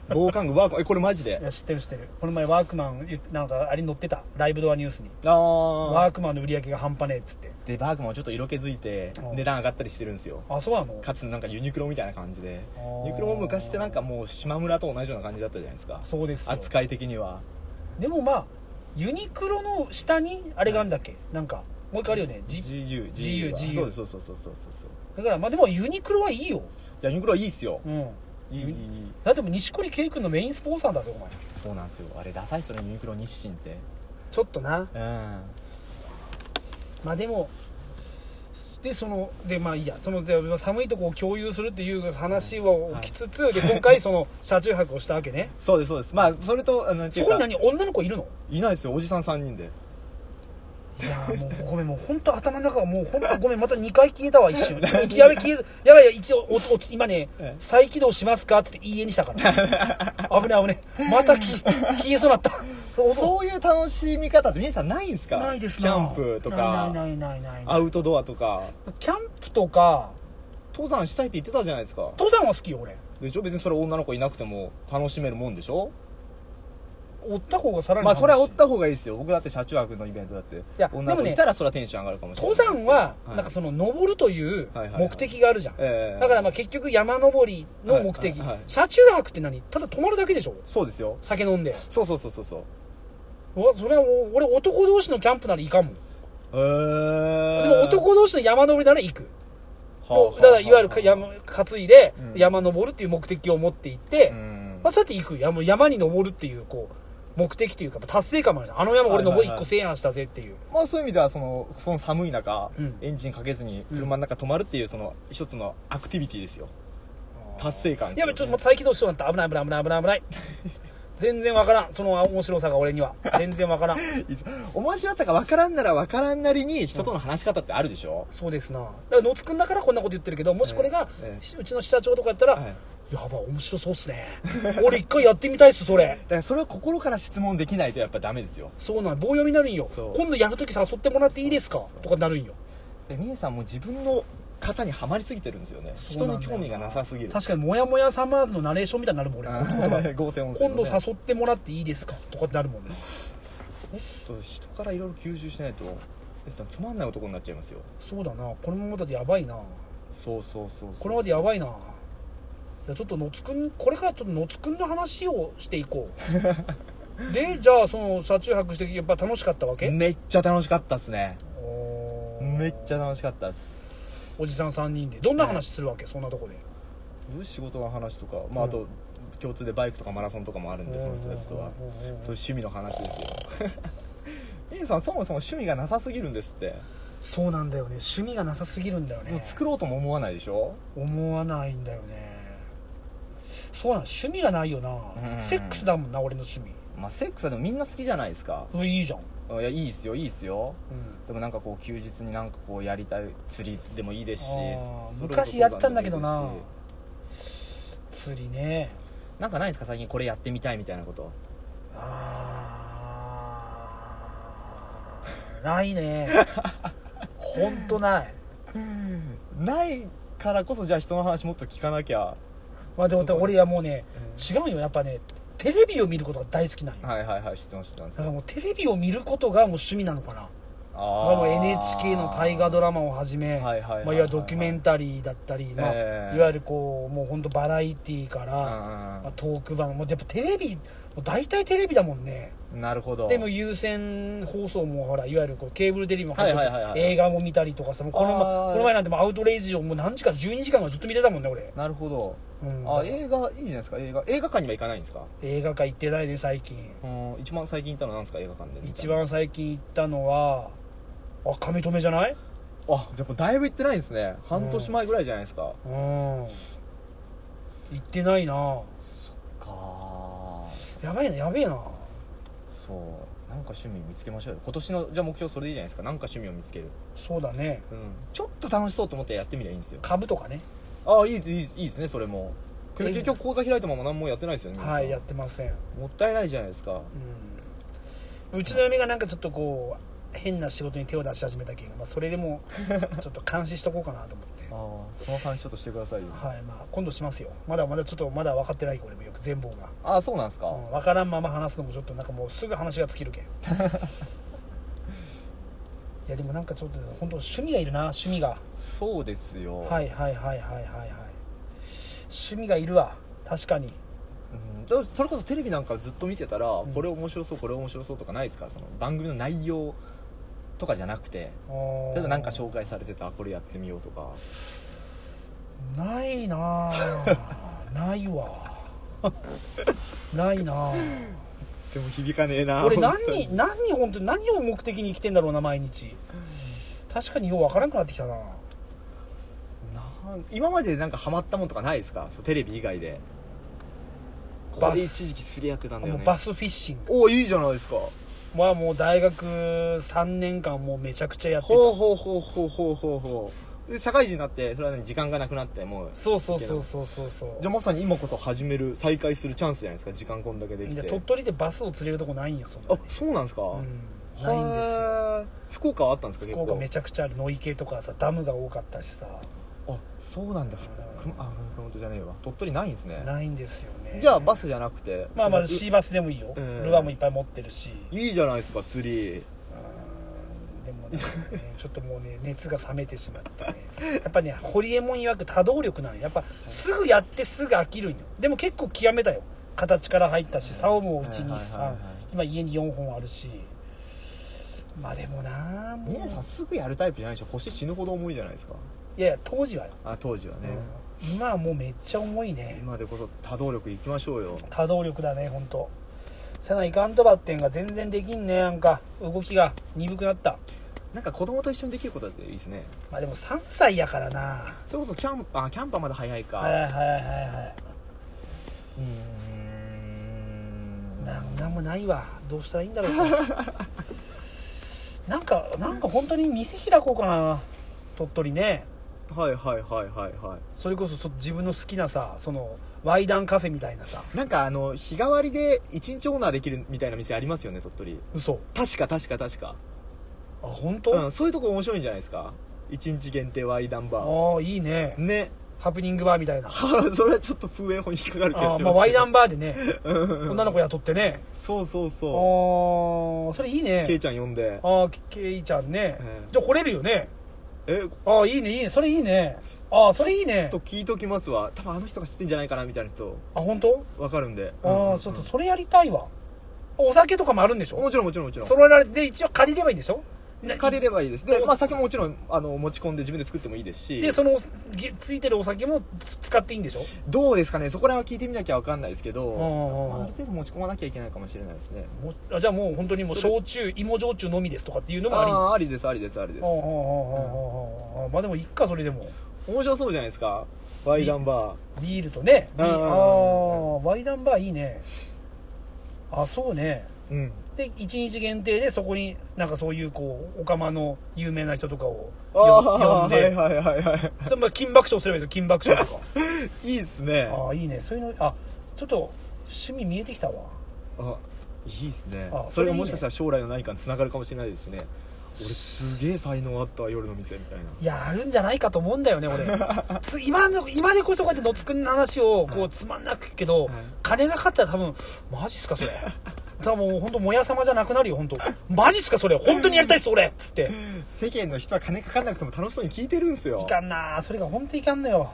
Speaker 1: 防寒具ワークマンえこれマジで
Speaker 2: いや知ってる知ってるこの前ワークマンゆなんかあれに載ってたライブドアニュースに
Speaker 1: ああ
Speaker 2: ワークマンの売り上げが半端ねえっつって
Speaker 1: でバーグもちょっと色気づいて
Speaker 2: うん
Speaker 1: 値段上がったりしてるんですよ
Speaker 2: あそうなの
Speaker 1: かつなんかユニクロみたいな感じで
Speaker 2: あー
Speaker 1: ユニクロも昔ってなんかもう島村と同じような感じだったじゃないですか
Speaker 2: そうですよ
Speaker 1: 扱い的には
Speaker 2: でもまあユニクロの下にあれがあるんだっけ、なんかもう一個あるよね、ジ
Speaker 1: GU
Speaker 2: GU
Speaker 1: は
Speaker 2: GU
Speaker 1: そうですそうそうそうそうそう
Speaker 2: だからまあでもユニクロはいいよ
Speaker 1: いやユニクロはいいっすよ
Speaker 2: うん
Speaker 1: いいいいいい
Speaker 2: だってもう錦織圭君のメインスポンサーだぞお前
Speaker 1: そうなんですよあれダサいっすよねユニクロ日清って
Speaker 2: ちょっとな
Speaker 1: うん
Speaker 2: まあでもでそのでまあいいやそので寒いとこを共有するっていう話を置きつつ、で今回その車中泊をしたわけね
Speaker 1: そうですそうですまあそれとあのってい
Speaker 2: そうこ
Speaker 1: か
Speaker 2: に何女の子いるの
Speaker 1: いないですよおじさん3人で
Speaker 2: いやーもうごめんもう本当頭の中がもう本当ごめんまた2回消えたわ一瞬やべ消えやばいや一応おお今ね
Speaker 1: ええ
Speaker 2: 再起動しますかって言っていいえにしたから危ない危ないまたき消えそうになったそう
Speaker 1: そういう楽しみ方って皆さんないんですか
Speaker 2: ないです
Speaker 1: キ
Speaker 2: な
Speaker 1: ャンプと
Speaker 2: な
Speaker 1: か
Speaker 2: いないないないな
Speaker 1: ア
Speaker 2: い
Speaker 1: ウトドアとか
Speaker 2: キャンプとか
Speaker 1: 登山したいって言ってたじゃないですか
Speaker 2: 登山は好きよ俺
Speaker 1: でしょ別にそれ女の子いなくても楽しめるもんでしょ
Speaker 2: 追った方がさらに
Speaker 1: まあそれは追っ
Speaker 2: 楽しい
Speaker 1: た方がいいですよ僕だって車中泊のイベントだって
Speaker 2: や
Speaker 1: 女の
Speaker 2: でも
Speaker 1: 子
Speaker 2: ね
Speaker 1: いたらそれはテンション上がるかもしれない
Speaker 2: 登山は
Speaker 1: はい
Speaker 2: なんかその登るという
Speaker 1: はいはいはい
Speaker 2: 目的があるじゃん、
Speaker 1: ええ
Speaker 2: だからまあ結局山登りの目的、
Speaker 1: はいはいはい
Speaker 2: 車中泊って何ただ泊まるだけでしょ
Speaker 1: そうですよ
Speaker 2: 酒飲んで
Speaker 1: そうそうそうそうそう
Speaker 2: うわそれはもう俺男同士のキャンプならいかんもん
Speaker 1: へえ
Speaker 2: でも男同士の山登りなら行く
Speaker 1: はあ
Speaker 2: だからいわゆるか
Speaker 1: はあは
Speaker 2: 山担いで
Speaker 1: うん
Speaker 2: 山登るっていう目的を持っていって、
Speaker 1: あうん
Speaker 2: まあ、そうやって行く山山に登るっていうこう目的というかまあ達成感もあるじゃんあの山俺登り
Speaker 1: はいはいは
Speaker 2: 1
Speaker 1: い
Speaker 2: 個制覇したぜっていう、
Speaker 1: まあそういう意味ではそのその寒い中、
Speaker 2: うん
Speaker 1: エンジンかけずに車の中止まるっていうその一つのアクティビティですよ達成感です
Speaker 2: や
Speaker 1: よ
Speaker 2: べ
Speaker 1: ね
Speaker 2: ちょっと待って再起動しそうになった危ない危ない危ない危ない危ない全然わからんその面白さが俺には全然わ からん
Speaker 1: 面白さが分からんなら分からんなりに人との話し方ってあるでしょ、
Speaker 2: そうですなだから野津くんだからこんなこと言ってるけどもしこれが、
Speaker 1: ええ
Speaker 2: うちの支社長とかやったら、
Speaker 1: はい
Speaker 2: やば面白そうっすね俺一回やってみたいっすそれ
Speaker 1: だからそれを心から質問できないとやっぱダメですよ
Speaker 2: そうなん棒読みになるんよ
Speaker 1: そう
Speaker 2: 今度やるとき誘ってもらっていいですか
Speaker 1: そう
Speaker 2: とかなるんよ
Speaker 1: でみえさんも自分の型にはまりすぎてるんですよね
Speaker 2: そう
Speaker 1: 人
Speaker 2: なんだよ
Speaker 1: に興味がなさすぎる
Speaker 2: 確かに「もやもやサマーズ」のナレーションみたいになるもん俺
Speaker 1: あー 合成音声
Speaker 2: 今度
Speaker 1: ね
Speaker 2: 誘ってもらっていいですかとかってなるもんね
Speaker 1: もっと人からいろいろ吸収しないとえさんつまんない男になっちゃいますよ
Speaker 2: そうだなこのままだとやばいな
Speaker 1: そうそうそう
Speaker 2: このままでやばいないやちょっとのつくんこれからちょっとのつくんの話をしていこ うでじゃあその車中泊してやっぱ楽しかったわけ
Speaker 1: めっちゃ楽しかったっすね
Speaker 2: おー
Speaker 1: めっちゃ楽しかったっす
Speaker 2: おじさん3人でどんな話するわけ、そんなとこで
Speaker 1: 仕事の話とか、まあ、あ
Speaker 2: う
Speaker 1: と共通でバイクとかマラソンとかもあるんでその人たちとは
Speaker 2: うんうんう
Speaker 1: そういう
Speaker 2: んうん
Speaker 1: 趣味の話ですよ A さんそもそも趣味がなさすぎるんですって
Speaker 2: そうなんだよね趣味がなさすぎるんだよ
Speaker 1: もう
Speaker 2: ね
Speaker 1: 作ろうとも思わないでしょ
Speaker 2: 思わないんだよねそうなん趣味がないよな、
Speaker 1: うん
Speaker 2: セックスだもんな俺の趣味
Speaker 1: まあセックスはでもみんな好きじゃないですか
Speaker 2: それいいじゃん、
Speaker 1: いやいいっすよいいっすよ
Speaker 2: うん
Speaker 1: でもなんかこう休日になんかこうやりたい釣りでもいいですし
Speaker 2: あー
Speaker 1: それこそ
Speaker 2: 昔やったんだけどな
Speaker 1: 登山でもいいですし
Speaker 2: 釣りね
Speaker 1: なんかないですか最近これやってみたいみたいなこと
Speaker 2: あーないねほんとない
Speaker 1: ないからこそじゃあ人の話もっと聞かなきゃ
Speaker 2: まあでも
Speaker 1: そこで
Speaker 2: 俺はもうね、違うよやっぱねテレビを見ることが大好きなんよ、
Speaker 1: はいはいはい知ってます知ってます
Speaker 2: だからもうテレビを見ることがもう趣味なのかな
Speaker 1: あ
Speaker 2: まあもう NHK の大河ド
Speaker 1: ラ
Speaker 2: ラマをはじめ、
Speaker 1: はいはいはいはい
Speaker 2: まあいわゆるドキュメンタリーだったり、まあ
Speaker 1: ええ
Speaker 2: いわゆるこうもう本当バラエティーから、まあ、トーク番もうやっぱテレビもう大体テレビだもんね
Speaker 1: なるほど
Speaker 2: でも有線放送もほらいわゆるこうケーブルテレビも入ってて、
Speaker 1: はいはいはいはい
Speaker 2: 映画も見たりとかさもうこの前
Speaker 1: あー
Speaker 2: この前なんてもうアウトレイジをもう何時間12時間はずっと見てたもんね俺、
Speaker 1: なるほど
Speaker 2: うん
Speaker 1: あ映画いいじゃないですか映画映画館には行かないんですか
Speaker 2: 映画館行ってないね最近
Speaker 1: うん一番最近行ったのは何ですか映画館で見た
Speaker 2: 一番最近行ったのはあ亀止めじゃない
Speaker 1: あじゃあもうだいぶ行ってないんですね半年前ぐらいじゃないですか
Speaker 2: うん行ってないな
Speaker 1: そっか
Speaker 2: やばいなやべえな
Speaker 1: そうなんか趣味見つけましょうよ今年のじゃあ目標それでいいじゃないですかなんか趣味を見つける、
Speaker 2: そうだね
Speaker 1: うん、ちょっと楽しそうと思ってやってみりゃいいんですよ
Speaker 2: 株とかね
Speaker 1: ああいいですいいですいいですねそれもけど
Speaker 2: ええ
Speaker 1: 結局口座開いたまま何もやってないですよね皆さん
Speaker 2: はいやってません、
Speaker 1: もったいないじゃないですか
Speaker 2: うん、うちの嫁がなんかちょっとこう変な仕事に手を出し始めたけん、まあ、それ でもちょっと監視しとこうかなと思って
Speaker 1: ああその話ちょっとしてくださいよ
Speaker 2: はいまあ今度しますよまだまだちょっとまだ分かってない俺もよく全貌が、
Speaker 1: ああそうなんですか、
Speaker 2: うん、分からんまま話すのもちょっとなんかもうすぐ話が尽きるけ んいやでもなんかちょっと本当趣味がいるな趣味が
Speaker 1: そうですよ
Speaker 2: はいはいはいはいはいはい趣味がいるわ確かに
Speaker 1: うんだからそれこそテレビなんかずっと見てたら、
Speaker 2: ん
Speaker 1: これ面白そうこれ面白そうとかないですかその番組の内容とかじゃなくて例えば
Speaker 2: な
Speaker 1: なんか紹介されてたあこれやってみようとか
Speaker 2: ないな あないわないなあ
Speaker 1: でも響かねえな
Speaker 2: 俺何
Speaker 1: 本当に
Speaker 2: 何本当に何を目的に生きてんだろうな毎日確かによう分からなくなってきたな
Speaker 1: なん今までなんかハマったもんとかないですかそうテレビ以外でこ
Speaker 2: バス
Speaker 1: れ一時期すげえやってたんだよ
Speaker 2: もう
Speaker 1: ね
Speaker 2: バスフィッシング
Speaker 1: おおいいじゃないですか
Speaker 2: まあもう大学3年間もうめちゃくちゃやってた
Speaker 1: ほうほうほうほうほうほうほうで社会人になってそれは何時間がなくなってもう
Speaker 2: そうそうそうそうそうそう
Speaker 1: じゃあまさに今こそ始める再開するチャンスじゃないですか時間こんだけでき
Speaker 2: いや
Speaker 1: て
Speaker 2: 鳥取でバスを釣れるとこないんよそんな
Speaker 1: あ
Speaker 2: に
Speaker 1: そうなんですか、
Speaker 2: うんないんですよ
Speaker 1: よ福岡はあったんですか結
Speaker 2: 福
Speaker 1: 構
Speaker 2: 岡めちゃくちゃある野池とかさダムが多かったしさ
Speaker 1: あそうなんだふ熊あ熊本じゃねえわ鳥取ないんですね
Speaker 2: ないんですよね
Speaker 1: じゃあバスじゃなくて
Speaker 2: まあまあ
Speaker 1: う
Speaker 2: C バスでもいいよ、
Speaker 1: うん
Speaker 2: ルアーもいっぱい持ってるし、
Speaker 1: いいじゃないですか釣り
Speaker 2: でも、ね、 ちょっともうね熱が冷めてしまって、ね、やっぱねホリエモン曰く多動力なのよやっぱすぐやってすぐ飽きるんよでも結構極めたよ形から入ったし竿もうちに
Speaker 1: はいはい
Speaker 2: 3
Speaker 1: はいはい
Speaker 2: 今家に4本あるしまあでもなもう
Speaker 1: 皆さんすぐやるタイプじゃないでしょ腰死ぬほど重いじゃないですか
Speaker 2: いやいや当時はよ、
Speaker 1: あ当時はね、
Speaker 2: うん今はもうめっちゃ重いね
Speaker 1: 今でこそ多動力いきましょうよ
Speaker 2: 多動力だねほんとせないかんとばってんが全然できんねなんか動きが鈍くなった
Speaker 1: なんか子供と一緒にできることだっていいですね
Speaker 2: まあでも3歳やからな
Speaker 1: それこそキャンあキャンパーまだ早いか、
Speaker 2: はいはいはいは
Speaker 1: うーん
Speaker 2: いなんなんもないわどうしたらいいんだろうか なんかなんか本当に店開こうかな鳥取ね
Speaker 1: はいはいはいはいは
Speaker 2: それこそそ自分の好きなさそのワイダンカフェみたいなさ
Speaker 1: いなんかあの日替わりで一日オーナーできるみたいな店ありますよね鳥取
Speaker 2: 嘘
Speaker 1: 確か確か確か
Speaker 2: あ本当、
Speaker 1: うん、そういうとこ面白いんじゃないですか一日限定ワイダンバー
Speaker 2: ああいいね
Speaker 1: ね
Speaker 2: ハプニングバーみたいな
Speaker 1: は あそれはちょっと風営法に引っかかる気がします
Speaker 2: あー、
Speaker 1: け
Speaker 2: まあ、
Speaker 1: ど
Speaker 2: ワイダンバーでね女の子雇ってね
Speaker 1: そうそう
Speaker 2: ああ
Speaker 1: そ
Speaker 2: ーそれいいう
Speaker 1: ケイ
Speaker 2: ね
Speaker 1: ちゃん呼んで
Speaker 2: ああけけいちゃんね、
Speaker 1: ええ
Speaker 2: じゃあ惚れるよね
Speaker 1: え
Speaker 2: ああいいねいいねそれいいねああそれいいね
Speaker 1: と聞いときますわ多分あの人が知ってんじゃないかなみたいな人
Speaker 2: あ本当
Speaker 1: わかるんで
Speaker 2: ああ、ちょっとそれやりたいわ。お酒とかもあるんでしょ
Speaker 1: もちろんもちろんもちろん
Speaker 2: 揃えられて、で、一応借りればいいんでしょ
Speaker 1: 疲れればいいですで、まあ、酒ももちろんあの持ち込んで自分で作ってもいいですし
Speaker 2: でそのげついてるお酒もつ使っていいんでしょ
Speaker 1: どうですかねそこら辺は聞いてみなきゃわかんないですけど、
Speaker 2: うんうんうん
Speaker 1: まあ、ある程度持ち込まなきゃいけないかもしれないですね
Speaker 2: もあじゃあもう本当にもう焼酎芋焼酎のみですとかっていうのもあり
Speaker 1: ああーありですありですありです
Speaker 2: ああああああああまあでもいっかそれでも
Speaker 1: 面白そうじゃないですかワイダンバ
Speaker 2: ビールとね
Speaker 1: うん
Speaker 2: ああワイダンバーいいねあそうね
Speaker 1: ーうん
Speaker 2: で1日限定でそこになんかそういうこうお釜の有名な人とかを
Speaker 1: あ
Speaker 2: よ
Speaker 1: あ
Speaker 2: 呼
Speaker 1: ー
Speaker 2: んで
Speaker 1: はいはいはいは
Speaker 2: それまあ金箔賞すればいいですよ金箔賞とか
Speaker 1: いいいですね
Speaker 2: ああいいねそういうのあちょっと趣味見えてきたわ
Speaker 1: あいいですね
Speaker 2: あ
Speaker 1: それが
Speaker 2: それいいね
Speaker 1: もしかしたら将来の何かにつながるかもしれないですしね俺すげえ才能あったわ夜の店みたいない
Speaker 2: やあるんじゃないかと思うんだよね 俺つ今の今でこそこうやってのつくんの話をこうつまんなくけど、金がかかったら多分マジっすかそれ多分本当もやさまじゃなくなるよ本当マジっすかそれ本当にやりたいっす俺っつ って
Speaker 1: 世間の人は金かかんなくても楽しそうに聞いてるんすよ
Speaker 2: いかんなそれが本当いかんのよ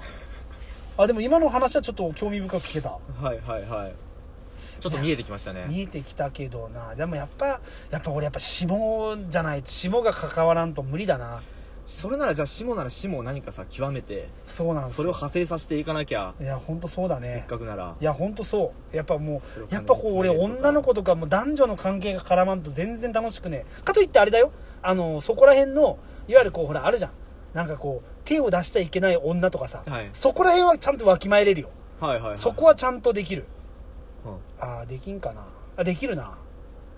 Speaker 2: あでも今の話はちょっと興味深く聞けた
Speaker 1: はいはいはいちょっと見えてきましたね
Speaker 2: 見えてきたけどなでもやっぱやっぱ俺やっぱ霜じゃない霜が関わらんと無理だな
Speaker 1: それならじゃあ下なら下を何かさ極めて
Speaker 2: そうなんです
Speaker 1: それを派生させていかなきゃ
Speaker 2: いや本当そうだ
Speaker 1: せ
Speaker 2: ね
Speaker 1: っかくなら
Speaker 2: いや本当そうやっぱも
Speaker 1: それを
Speaker 2: う
Speaker 1: 金
Speaker 2: やっ
Speaker 1: に
Speaker 2: ぱこう俺
Speaker 1: つなげるとか
Speaker 2: 女の子とかも男女の関係が絡まんと全然楽しくねえかといってあれだよあのそこら辺のいわゆるこうほらあるじゃんなんかこう手を出しちゃいけない女とかさ、
Speaker 1: はい
Speaker 2: そこら辺はちゃんとわきまえれるよ
Speaker 1: はいはい、はい、
Speaker 2: そこはちゃんとできる
Speaker 1: うん
Speaker 2: ああできんかなあできるな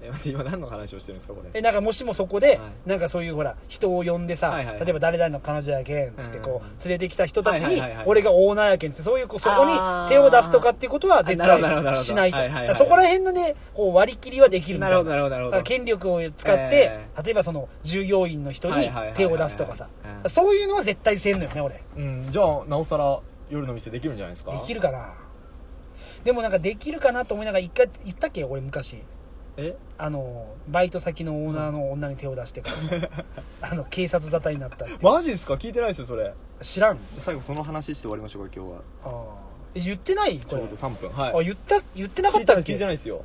Speaker 1: え待って今何の話をしてるんですかこれ
Speaker 2: えなんかもしもそこで、
Speaker 1: は
Speaker 2: なんかそういうほら人を呼んでさ、
Speaker 1: はいはいはい
Speaker 2: 例えば誰々の彼女やけんつってこ
Speaker 1: うん
Speaker 2: う連れてきた人たち
Speaker 1: はい
Speaker 2: に
Speaker 1: はいはいはい
Speaker 2: 俺がオーナーやけんつってそういうこうそこに
Speaker 1: あー
Speaker 2: 手を出すとかっていうことは絶
Speaker 1: なるほどなるほ
Speaker 2: 対
Speaker 1: ど
Speaker 2: しないと
Speaker 1: はいはいはい
Speaker 2: だからそこら辺のねこう割り切りはできるみた
Speaker 1: ないるほどなるほどなる
Speaker 2: だ
Speaker 1: ほ
Speaker 2: から
Speaker 1: ど
Speaker 2: 権力を使って、
Speaker 1: え
Speaker 2: 例えばその従業員の人
Speaker 1: はい
Speaker 2: に
Speaker 1: はいはいはい
Speaker 2: 手を出すとかさ
Speaker 1: うん
Speaker 2: そういうのは絶対せんのよね俺
Speaker 1: うんじゃあなおさら夜の店できるんじゃないですか
Speaker 2: できるかなでもなんかできるかなと思いながら一回言ったっけ俺昔
Speaker 1: え
Speaker 2: あのバイト先のオーナーの女に手を出してからさあの警察沙汰になったって
Speaker 1: マジですか聞いてないですよそれ
Speaker 2: 知らん
Speaker 1: じゃあ最後その話して終わりましょうか今日は
Speaker 2: あーえ言ってない
Speaker 1: ち
Speaker 2: こ
Speaker 1: ょ
Speaker 2: れ
Speaker 1: うど3分はい
Speaker 2: あ言った言ってなかったっ
Speaker 1: 聞いて
Speaker 2: け
Speaker 1: ないですよ、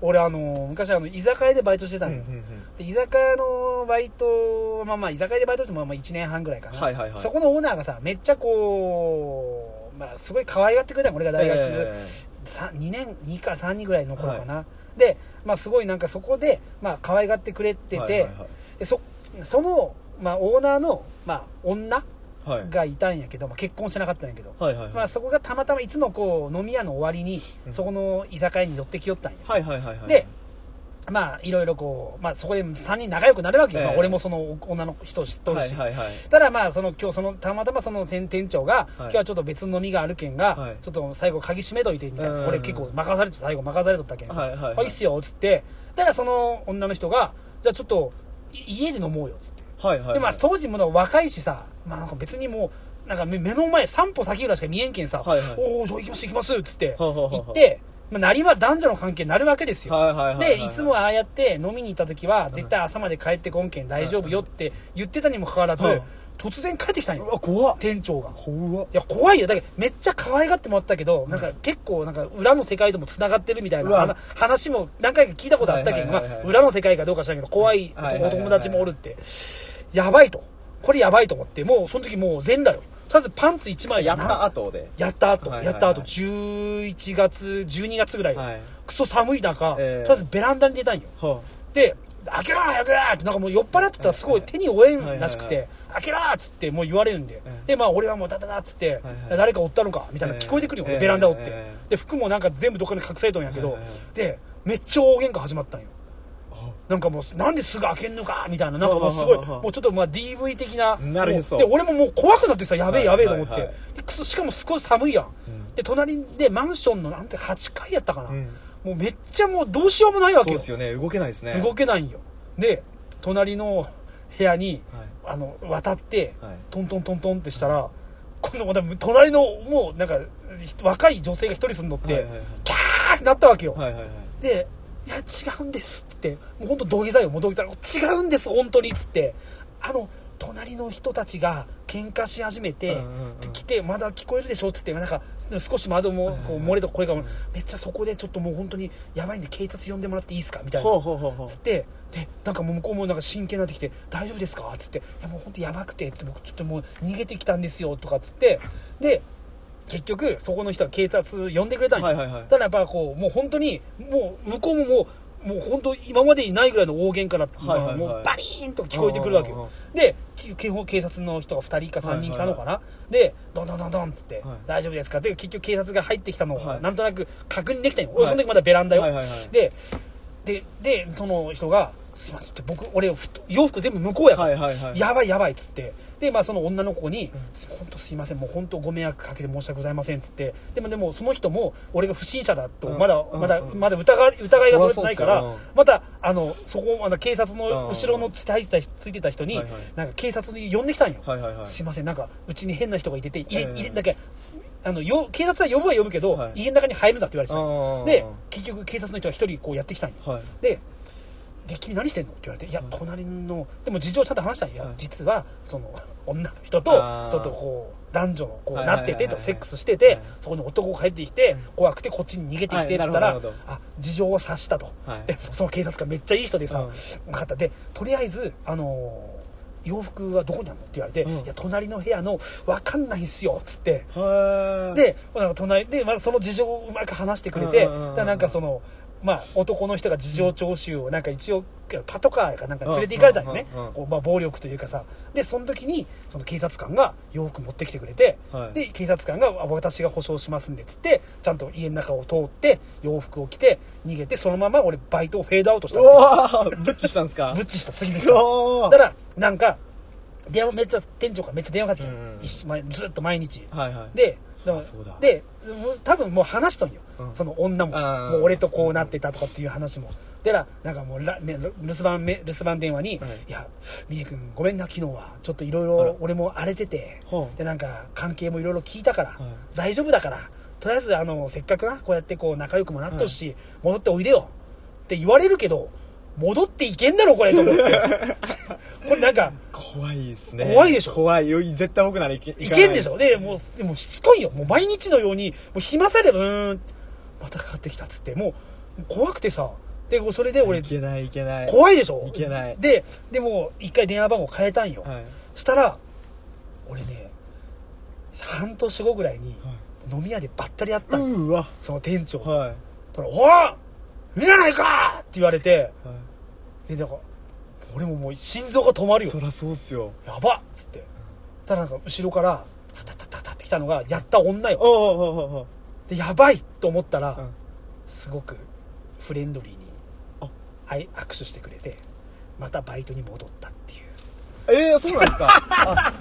Speaker 2: 俺あの昔あの居酒屋でバイトしてた
Speaker 1: うん
Speaker 2: の
Speaker 1: う
Speaker 2: よ、
Speaker 1: ん
Speaker 2: で居酒屋のバイトまあまあ居酒屋でバイトしてもまあ1年半ぐらいかな、
Speaker 1: はいはいはい
Speaker 2: そこのオーナーがさめっちゃこうまあすごい可愛がってくれたの俺が大学、
Speaker 1: え
Speaker 2: さ2年2か3人ぐらいの頃かな、でまあすごいなんかそこでまあ可愛がってくれてて、
Speaker 1: ーはいはいはい
Speaker 2: でそその、まあ、オーナーの、まあ、女
Speaker 1: はい
Speaker 2: がいたんやけど、まあ、結婚してなかったんやけど、
Speaker 1: はいはいはい
Speaker 2: まあ、そこがたまたまいつもこう飲み屋の終わりに、
Speaker 1: うん
Speaker 2: そこの居酒屋に寄ってきよったんや、
Speaker 1: はいはいはいはい
Speaker 2: でまあいろいろこう、まあ、そこで3人仲良くなるわけよ、
Speaker 1: ええ
Speaker 2: まあ、俺もその女の人知っとるし、
Speaker 1: はいはいはい
Speaker 2: ただまあその今日そのたまたまその店店長が、今日はちょっと別の飲みがあるけんが、
Speaker 1: はい
Speaker 2: ちょっと最後鍵閉めといてみたいな、
Speaker 1: うん
Speaker 2: 俺結構任されて最後任されとったけん、
Speaker 1: はいはいはい
Speaker 2: あいいっすよっつってたらその女の人がじゃあちょっとい家で飲もうよっつって、
Speaker 1: はいはいはい
Speaker 2: でまあ当時もなんか若いしさ、まあ、なんか別にもうなんか目目の前3歩先ぐらいしか見えんけんさ「
Speaker 1: はいはい
Speaker 2: おおじゃあ行きます行きます」っつって
Speaker 1: はあはあはあ
Speaker 2: 行って、まあ、なりは男女の関係になるわけですよ、
Speaker 1: はいはいはいは
Speaker 2: でいつもああやって飲みに行った時は絶対朝まで帰ってこんけん大丈夫よって言ってたにもかかわらず、
Speaker 1: はい
Speaker 2: 突然帰ってきたん
Speaker 1: う
Speaker 2: よ
Speaker 1: わ怖っ
Speaker 2: 店長が
Speaker 1: 怖っ
Speaker 2: いや怖いよだけどめっちゃ可愛がってもらったけど、なんか結構なんか裏の世界ともつながってるみたいな
Speaker 1: うわ
Speaker 2: 話話も何回か聞いたことあったけど、
Speaker 1: はいはいはいはい
Speaker 2: まあ、裏の世界かどうか知らんけど怖い
Speaker 1: はいはいはい
Speaker 2: お
Speaker 1: はい
Speaker 2: 友達もおるって、やばいとこれやばいと思ってもうその時もう全裸よとりあえずパンツ1枚
Speaker 1: やった後で
Speaker 2: やった後、
Speaker 1: はいはいはい
Speaker 2: やった後11月12月ぐらい、
Speaker 1: はい
Speaker 2: クソ寒い中、
Speaker 1: ええ
Speaker 2: とりあえずベランダに出たんよ
Speaker 1: は
Speaker 2: で「開けろ早く!」ってなんかもう酔っ払ってたらすごい手に負えんらしく
Speaker 1: はいはい
Speaker 2: て「開けろ!」っつってもう言われるんで
Speaker 1: うん
Speaker 2: でまあ俺はもうダダダっつっ
Speaker 1: は
Speaker 2: て
Speaker 1: いはい
Speaker 2: 誰かおったのかみたいなの聞こえてくるよ
Speaker 1: ええ
Speaker 2: ベランダおって
Speaker 1: ええ
Speaker 2: で服もなんか全部どっかに隠されとんやけ
Speaker 1: は
Speaker 2: ど
Speaker 1: いはいは
Speaker 2: でめっちゃ大喧嘩始まったんよ
Speaker 1: あ
Speaker 2: なんかもうなんですぐ開けんのかみたいななんかもうすご
Speaker 1: は
Speaker 2: い
Speaker 1: あはあはあ
Speaker 2: もうちょっとまあ DV 的な
Speaker 1: なるへそ
Speaker 2: で俺ももう怖くなってさやべえやべえと思って
Speaker 1: はいはいは
Speaker 2: でくそしかも少し寒いやん
Speaker 1: ん
Speaker 2: で隣でマンションのなんて8階やったかな
Speaker 1: うん
Speaker 2: もうめっちゃもうどうしようもないわ
Speaker 1: そ
Speaker 2: け
Speaker 1: うで
Speaker 2: よ
Speaker 1: すよね動けないですね
Speaker 2: 動けないんよで隣の部屋に、
Speaker 1: はい
Speaker 2: あの渡って、
Speaker 1: はい
Speaker 2: トントントントンってしたら今度また隣のもうなんかひ若い女性が一人住んどって、
Speaker 1: はいはいはい
Speaker 2: キャーってなったわけよ、
Speaker 1: はいはいはい
Speaker 2: で「いや違うんです」ってもう本当土下座よもう土下座違うんです本当に」っつってあの隣の人たちが喧嘩し始めて、
Speaker 3: うんうんうん
Speaker 2: で来てまだ聞こえるでしょっつってなんか少し窓もこう漏れと声が、めっちゃそこでちょっともう本当にやばいんで警察呼んでもらっていいですかみたいな
Speaker 3: ほうほうほうほう
Speaker 2: つってでなんかもう向こうもなんか真剣になってきて「大丈夫ですか?」っつって「いやもう本当やばくて」っつって「僕ちょっともう逃げてきたんですよ」とかっつってで結局そこの人は警察呼んでくれたんよ、
Speaker 3: はいはいはい
Speaker 2: ただやっぱこうもう本当にもう向こうももうもう本当今までにないぐらいの大喧嘩だって、
Speaker 3: はいはいはい
Speaker 2: もうバリーンと聞こえてくるわけ
Speaker 3: うんうん
Speaker 2: よ
Speaker 3: う
Speaker 2: でき警報警察の人が2人か3人来たのかな、でどんどんどんどんっつって、
Speaker 3: はい
Speaker 2: 大丈夫ですか?」って結局警察が入ってきたのを
Speaker 3: はい
Speaker 2: なんとなく確認できたんよ、
Speaker 3: はい
Speaker 2: 俺その時まだベランダよ、
Speaker 3: はいはいはい
Speaker 2: でででその人が「すいません」って僕俺ふ洋服全部向こうやから、
Speaker 3: はいはいはい
Speaker 2: やばいやばいっつってでまあその女の子に「本当すいませんもう本当ご迷惑かけて申し訳ございません」っつってでもでもその人も俺が不審者だと
Speaker 3: うん
Speaker 2: まだ、
Speaker 3: うん
Speaker 2: まだ、
Speaker 3: うん
Speaker 2: まだ疑い疑いが取れてないか
Speaker 3: そ
Speaker 2: ら、
Speaker 3: りゃそうっすよ
Speaker 2: またあのそこあの警察
Speaker 3: う
Speaker 2: の
Speaker 3: ん
Speaker 2: 後ろのついてた人ついてた人に、
Speaker 3: はいはい
Speaker 2: なんか警察に呼んできたんよ、
Speaker 3: はいはいはい
Speaker 2: すいませんなんかうちに変な人がいてて入れ,、
Speaker 3: うん
Speaker 2: 入れだけあのよ警察は呼ぶは呼ぶけど、
Speaker 3: はい
Speaker 2: 家の中に入るなって言われてたんよ
Speaker 3: ああ
Speaker 2: で結局警察の人が一人こうやってきたんよ
Speaker 3: はい
Speaker 2: で「で君何してんの?」って言われて「いや隣のでも事情ちゃんと話したんよいや
Speaker 3: はい
Speaker 2: 実はその 女の人と
Speaker 3: あー
Speaker 2: ちょっとこう男女のこう
Speaker 3: はいはい
Speaker 2: な
Speaker 3: はい
Speaker 2: っ
Speaker 3: はい
Speaker 2: ててとセックスして
Speaker 3: は
Speaker 2: て
Speaker 3: い
Speaker 2: そこに男が帰ってきて怖くてこっちに逃げてきてって言った
Speaker 3: はい
Speaker 2: ら
Speaker 3: なるほどなる
Speaker 2: あ事情を察したと
Speaker 3: はい
Speaker 2: でその警察官めっちゃいい人でさ分かったでとりあえずあのー洋服はどこにあるのって言われて、
Speaker 3: うん
Speaker 2: いや隣の部屋の分かんないんすよっつって、
Speaker 3: はー
Speaker 2: で、なんか隣で、まあ、その事情をうまく話してくれて、
Speaker 3: うんうんうんうん
Speaker 2: だからなんかその、まあ、男の人が事情聴取を、なんか一応、パトカーかなんか連れて行かれたんよね
Speaker 3: うんうんうんうん。
Speaker 2: こうまあ、暴力というかさ。で、その時に、その警察官が洋服持ってきてくれて、
Speaker 3: はい
Speaker 2: で、警察官が、あ私が保証しますんで、つって、ちゃんと家の中を通って、洋服を着て、逃げて、そのまま俺、バイトをフェードアウトした
Speaker 3: う
Speaker 2: の。
Speaker 3: わ ーブッチしたんですか
Speaker 2: ブッチした、次の日
Speaker 3: うわー
Speaker 2: だから、なんか、電話めっちゃ、店長からめっちゃ電話かけてき
Speaker 3: う
Speaker 2: た
Speaker 3: んうん
Speaker 2: の一前ずっと毎日。
Speaker 3: はいはい
Speaker 2: で、
Speaker 3: そうだ
Speaker 2: だから
Speaker 3: そうだ
Speaker 2: で、もう多分もう話しとんよ。
Speaker 3: うん
Speaker 2: その女も。
Speaker 3: あー
Speaker 2: もう俺とこうなってたとかっていう話も。でら、なんかもうら、め留守番め、留守番電話に、
Speaker 3: はい
Speaker 2: い、や、峰君ごめんな、昨日は。ちょっといろい
Speaker 3: あら
Speaker 2: ろ俺も荒れてて
Speaker 3: ほ、う
Speaker 2: で、なんか関係もいろいろ聞いたから、
Speaker 3: はい
Speaker 2: 大丈夫だから、とりあえずあの、せっかくな、こうやってこう仲良くもなっとるし、戻っておいでよって言われるけど、戻っていけんだろ、これ、と思って。これなんか、
Speaker 3: 怖いですね
Speaker 2: 怖いでしょ
Speaker 3: 怖いよ絶対僕ならいけ
Speaker 2: いけんでし
Speaker 3: ょ
Speaker 2: ょで、もう、でもしつこいよ。もう毎日のように、もう暇さえで、うーん、またかかってきたっつって、もう、怖くてさ。で、それで俺
Speaker 3: い、けないいけない
Speaker 2: 怖いでしょ
Speaker 3: いけない
Speaker 2: で、でも、一回電話番号変えたんよ。
Speaker 3: はい
Speaker 2: したら、俺ね、半年後ぐらいに、
Speaker 3: は
Speaker 2: 飲み屋でばったり会った
Speaker 3: い
Speaker 2: んよ
Speaker 3: うーわ
Speaker 2: その店長と。
Speaker 3: はい
Speaker 2: ほら、おいいいじゃないかって言われて、
Speaker 3: は
Speaker 2: で、なんか、俺ももう心臓が止まる
Speaker 3: い
Speaker 2: よ
Speaker 3: そ。らそうっすよ
Speaker 2: やばっつって。ただなんか、後ろから、タタタタタってきたのが、やった女よ。
Speaker 3: おおおおお
Speaker 2: でやばいと思ったら、
Speaker 3: うん
Speaker 2: すごくフレンドリーに
Speaker 3: あ
Speaker 2: はい握手してくれてまたバイトに戻ったっていう
Speaker 3: ええー、そうなんですか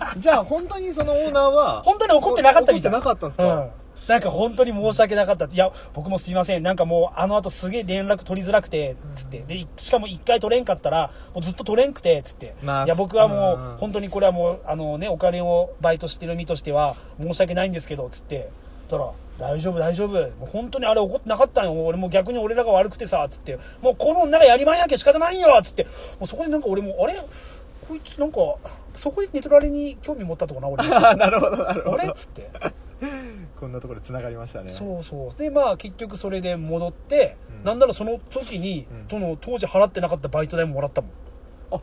Speaker 3: あじゃあ本当にそのオーナーは
Speaker 2: 本当に怒ってなかったみたい
Speaker 3: 怒ってなかったんです
Speaker 2: う
Speaker 3: か、
Speaker 2: んなんか本当に申し訳なかったっていや僕もすいませんなんかもうあの後すげえ連絡取りづらくてつってでしかも一回取れんかったらもうずっと取れんくてつって、
Speaker 3: まあ
Speaker 2: いや僕はもう
Speaker 3: うん
Speaker 2: 本当にこれはもうあのねお金をバイトしてる身としては申し訳ないんですけどつってたら大丈夫大丈夫もう本当にあれ怒ってなかったんよ俺も逆に俺らが悪くてさつってもうこの女がやりまんやけ仕方ないよつってもうそこでなんか俺もあれこいつなんかそこで寝取られに興味持ったとかな俺
Speaker 3: あなるほどなるほど
Speaker 2: あれっつって
Speaker 3: こんなところで繋がりましたね
Speaker 2: そうそうでまあ結局それで戻って、
Speaker 3: うん
Speaker 2: なんならその時に、
Speaker 3: うん
Speaker 2: その当時払ってなかったバイト代ももらったもん
Speaker 3: あ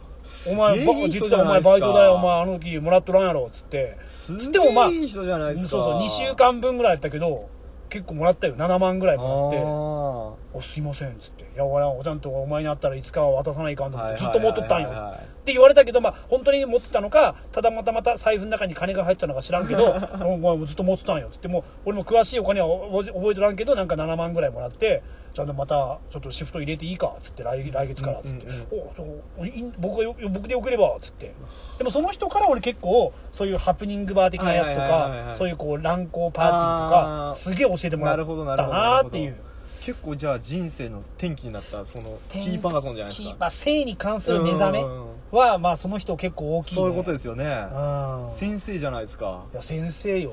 Speaker 2: お前ば実はお前バイト代お前あの時もらっとらんやろっつって
Speaker 3: つ
Speaker 2: つってもまあ
Speaker 3: いい人じゃないです
Speaker 2: そう
Speaker 3: か
Speaker 2: そう2週間分ぐらいやったけど結構もらったよ7万ぐらいもらって
Speaker 3: も
Speaker 2: 「おすいません」っつって「いやおやおちゃんとお前に会ったらいつかは渡さないかん」と思ってず
Speaker 3: はい
Speaker 2: っ
Speaker 3: はい
Speaker 2: と
Speaker 3: はい
Speaker 2: 持
Speaker 3: はい
Speaker 2: っとったんよって言われたけどまあ本当に持ってたのかただまたまた財布の中に金が入ってたのか知らんけ どお前もずっと持ってたんよっつってもう俺も詳しいお金は覚え覚えとらんけどなんか7万ぐらいもらってじゃあまたちょっとシフト入れていいかっつって来来月からっつって、
Speaker 3: うんうん
Speaker 2: おそうおいい僕がよ僕でよければっつってでもその人から俺結構そういうハプニングバー的なやつと
Speaker 3: はいはいはいはいは
Speaker 2: か
Speaker 3: い
Speaker 2: そういうこう乱行パーティーと
Speaker 3: あー
Speaker 2: かすげえ教えても
Speaker 3: な
Speaker 2: らった
Speaker 3: るほどなるほど
Speaker 2: なーっていう。
Speaker 3: 結構じゃあ人生の転機になったそのキ
Speaker 2: 転機
Speaker 3: ーパーソンじゃないで
Speaker 2: キ
Speaker 3: す
Speaker 2: ー
Speaker 3: か
Speaker 2: まあ、性に関する目覚め
Speaker 3: うんうんうん
Speaker 2: は、まあ、その人結構大きい、ね、
Speaker 3: そういうことですすよね
Speaker 2: うん
Speaker 3: 先生じゃないですか
Speaker 2: いや先生よ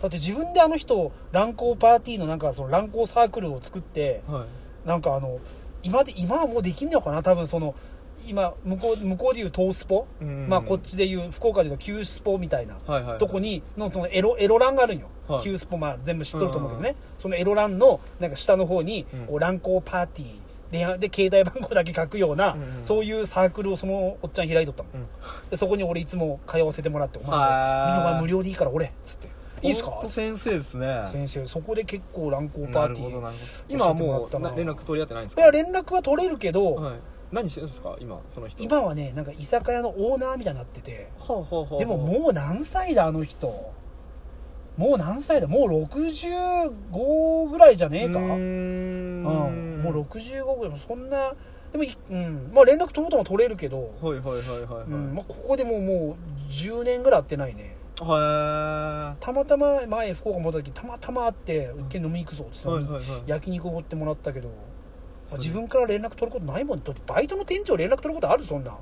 Speaker 2: だって自分であの人乱行パーティーのなんかその乱行サークルを作って
Speaker 3: はい
Speaker 2: なんかあの今で今はもうできんのかな多分その今向こう向こうでいう東スポ、
Speaker 1: うん
Speaker 2: まあ、こっちでいう福岡でいう旧スポみたいな
Speaker 1: はいはい
Speaker 2: とこにのそのエロエロ欄があるんよ、
Speaker 1: はい
Speaker 2: 旧スポ、まあ、全部知っとると思うけどね、そのエロ欄のなんか下の方に
Speaker 1: うん
Speaker 2: こう乱行パーティーでで携帯番号だけ書くような、
Speaker 1: うんうん
Speaker 2: そういうサークルをそのおっちゃん開いとったの、
Speaker 1: うん
Speaker 2: でそこに俺いつも通わせてもらって「お前
Speaker 1: はー
Speaker 2: みんなお前無料でいいから俺」っつって「いいっすか?
Speaker 1: ほん」と先生ですね
Speaker 2: 先生そこで結構乱行パ
Speaker 1: な
Speaker 2: ー
Speaker 1: る
Speaker 2: テ
Speaker 1: ほ
Speaker 2: ィ
Speaker 1: どな
Speaker 2: ー
Speaker 1: るほど
Speaker 2: 教
Speaker 1: 今は
Speaker 2: えてもら
Speaker 1: も
Speaker 2: っ
Speaker 1: う
Speaker 2: たな
Speaker 1: な連絡取り合ってないんです
Speaker 2: い
Speaker 1: か
Speaker 2: や連絡は取れるけど、
Speaker 1: はい何してるんですか今その人
Speaker 2: 今はねなんか居酒屋のオーナーみたいになってて
Speaker 1: ほうほうほう
Speaker 2: でももう何歳だあの人もう何歳だもう65ぐらいじゃねえか
Speaker 1: うー
Speaker 2: うん
Speaker 1: ん
Speaker 2: もう65ぐらいそんなでもい、うん、まあ連絡取ろうとも取れるけど、
Speaker 1: はいはいはいはいはい、
Speaker 2: うんまあ、ここでもうもう10年ぐらい会ってないね
Speaker 1: は
Speaker 2: たまたま前福岡戻った時たまたま会って「一軒飲みに行くぞ」っつって、
Speaker 1: いはいはいはい
Speaker 2: 焼肉おごってもらったけど
Speaker 1: そ
Speaker 2: あ
Speaker 1: れ
Speaker 2: 自分から連絡取ることないもんだってバイトの店長連絡取ることあるそんなん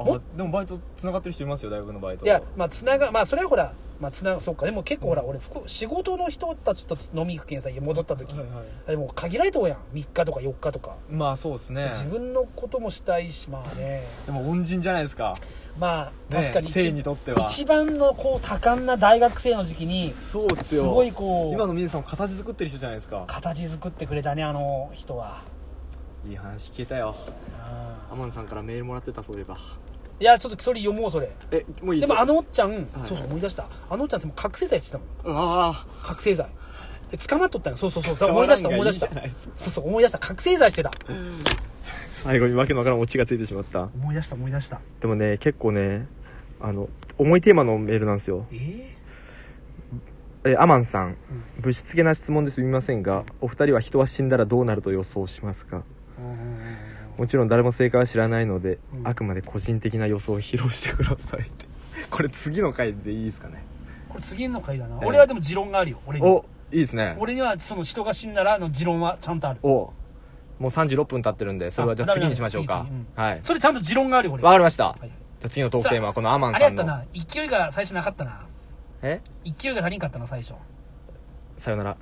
Speaker 1: あ
Speaker 2: も
Speaker 1: でもバイトつながってる人いますよ大学のバイト
Speaker 2: いやまあつながまあそれはほらまあつながそっかでも結構ほら、俺福仕事の人たちと飲み行くけんさ家戻った時、
Speaker 1: はいはい
Speaker 2: でも限られとうやん3日とか4日とか、
Speaker 1: まあそうですね
Speaker 2: 自分のこともしたいしまあね
Speaker 1: でも恩人じゃないですか
Speaker 2: まあ
Speaker 1: ね
Speaker 2: 確かに一,、
Speaker 1: 生にとっては
Speaker 2: 一番のこう多感な大学生の時期に
Speaker 1: そうです
Speaker 2: す
Speaker 1: よ
Speaker 2: ごいこう
Speaker 1: 今の皆さんを形作ってる人じゃないですか
Speaker 2: 形作ってくれたねあの人はい
Speaker 1: い話聞けたよ
Speaker 2: うん
Speaker 1: 天野さんからメールもらってたそういえば
Speaker 2: いやちょっとそれ読もうそれ
Speaker 1: えもういい
Speaker 2: でもあのおっちゃん、そうそう
Speaker 1: はい
Speaker 2: 思い出したあのおっちゃんも覚醒剤してたもん
Speaker 1: ああ
Speaker 2: 覚醒剤で捕まっとったんよそうそうそうだから思い出した思い出した
Speaker 1: 変わらんがいいじゃない
Speaker 2: そうそう思い出した覚醒剤してた
Speaker 1: 最後にわけのわからんオチがついてしまった
Speaker 2: 思い出した思い出した
Speaker 1: でもね結構ねあの重いテーマのメールなんですよ
Speaker 2: え
Speaker 1: えーアマンさん、ぶしつけな質問ですみませんがお二人は人は死んだらどうなると予想しますか
Speaker 2: えー、
Speaker 1: もちろん誰も正解は知らないので、
Speaker 2: うん
Speaker 1: あくまで個人的な予想を披露してくださいってこれ次の回でいいですかね
Speaker 2: これ次の回だな、
Speaker 1: ええ
Speaker 2: 俺はでも持論があるよ俺に
Speaker 1: おいいですね
Speaker 2: 俺にはその人が死んだらの持論はちゃんとある
Speaker 1: おもう36分経ってるんでそれはじゃあ
Speaker 2: あ
Speaker 1: 次にしましょうか
Speaker 2: 次次うん
Speaker 1: はい
Speaker 2: それちゃんと持論があるよ俺
Speaker 1: わかりました、じ
Speaker 2: い
Speaker 1: ゃあ次のトークテーマはこのアマン
Speaker 2: あれ
Speaker 1: さ
Speaker 2: や
Speaker 1: ん
Speaker 2: っ
Speaker 1: の
Speaker 2: たな勢いが最初なかったな
Speaker 1: え
Speaker 2: 勢いが足りんかったな最初
Speaker 1: さよなら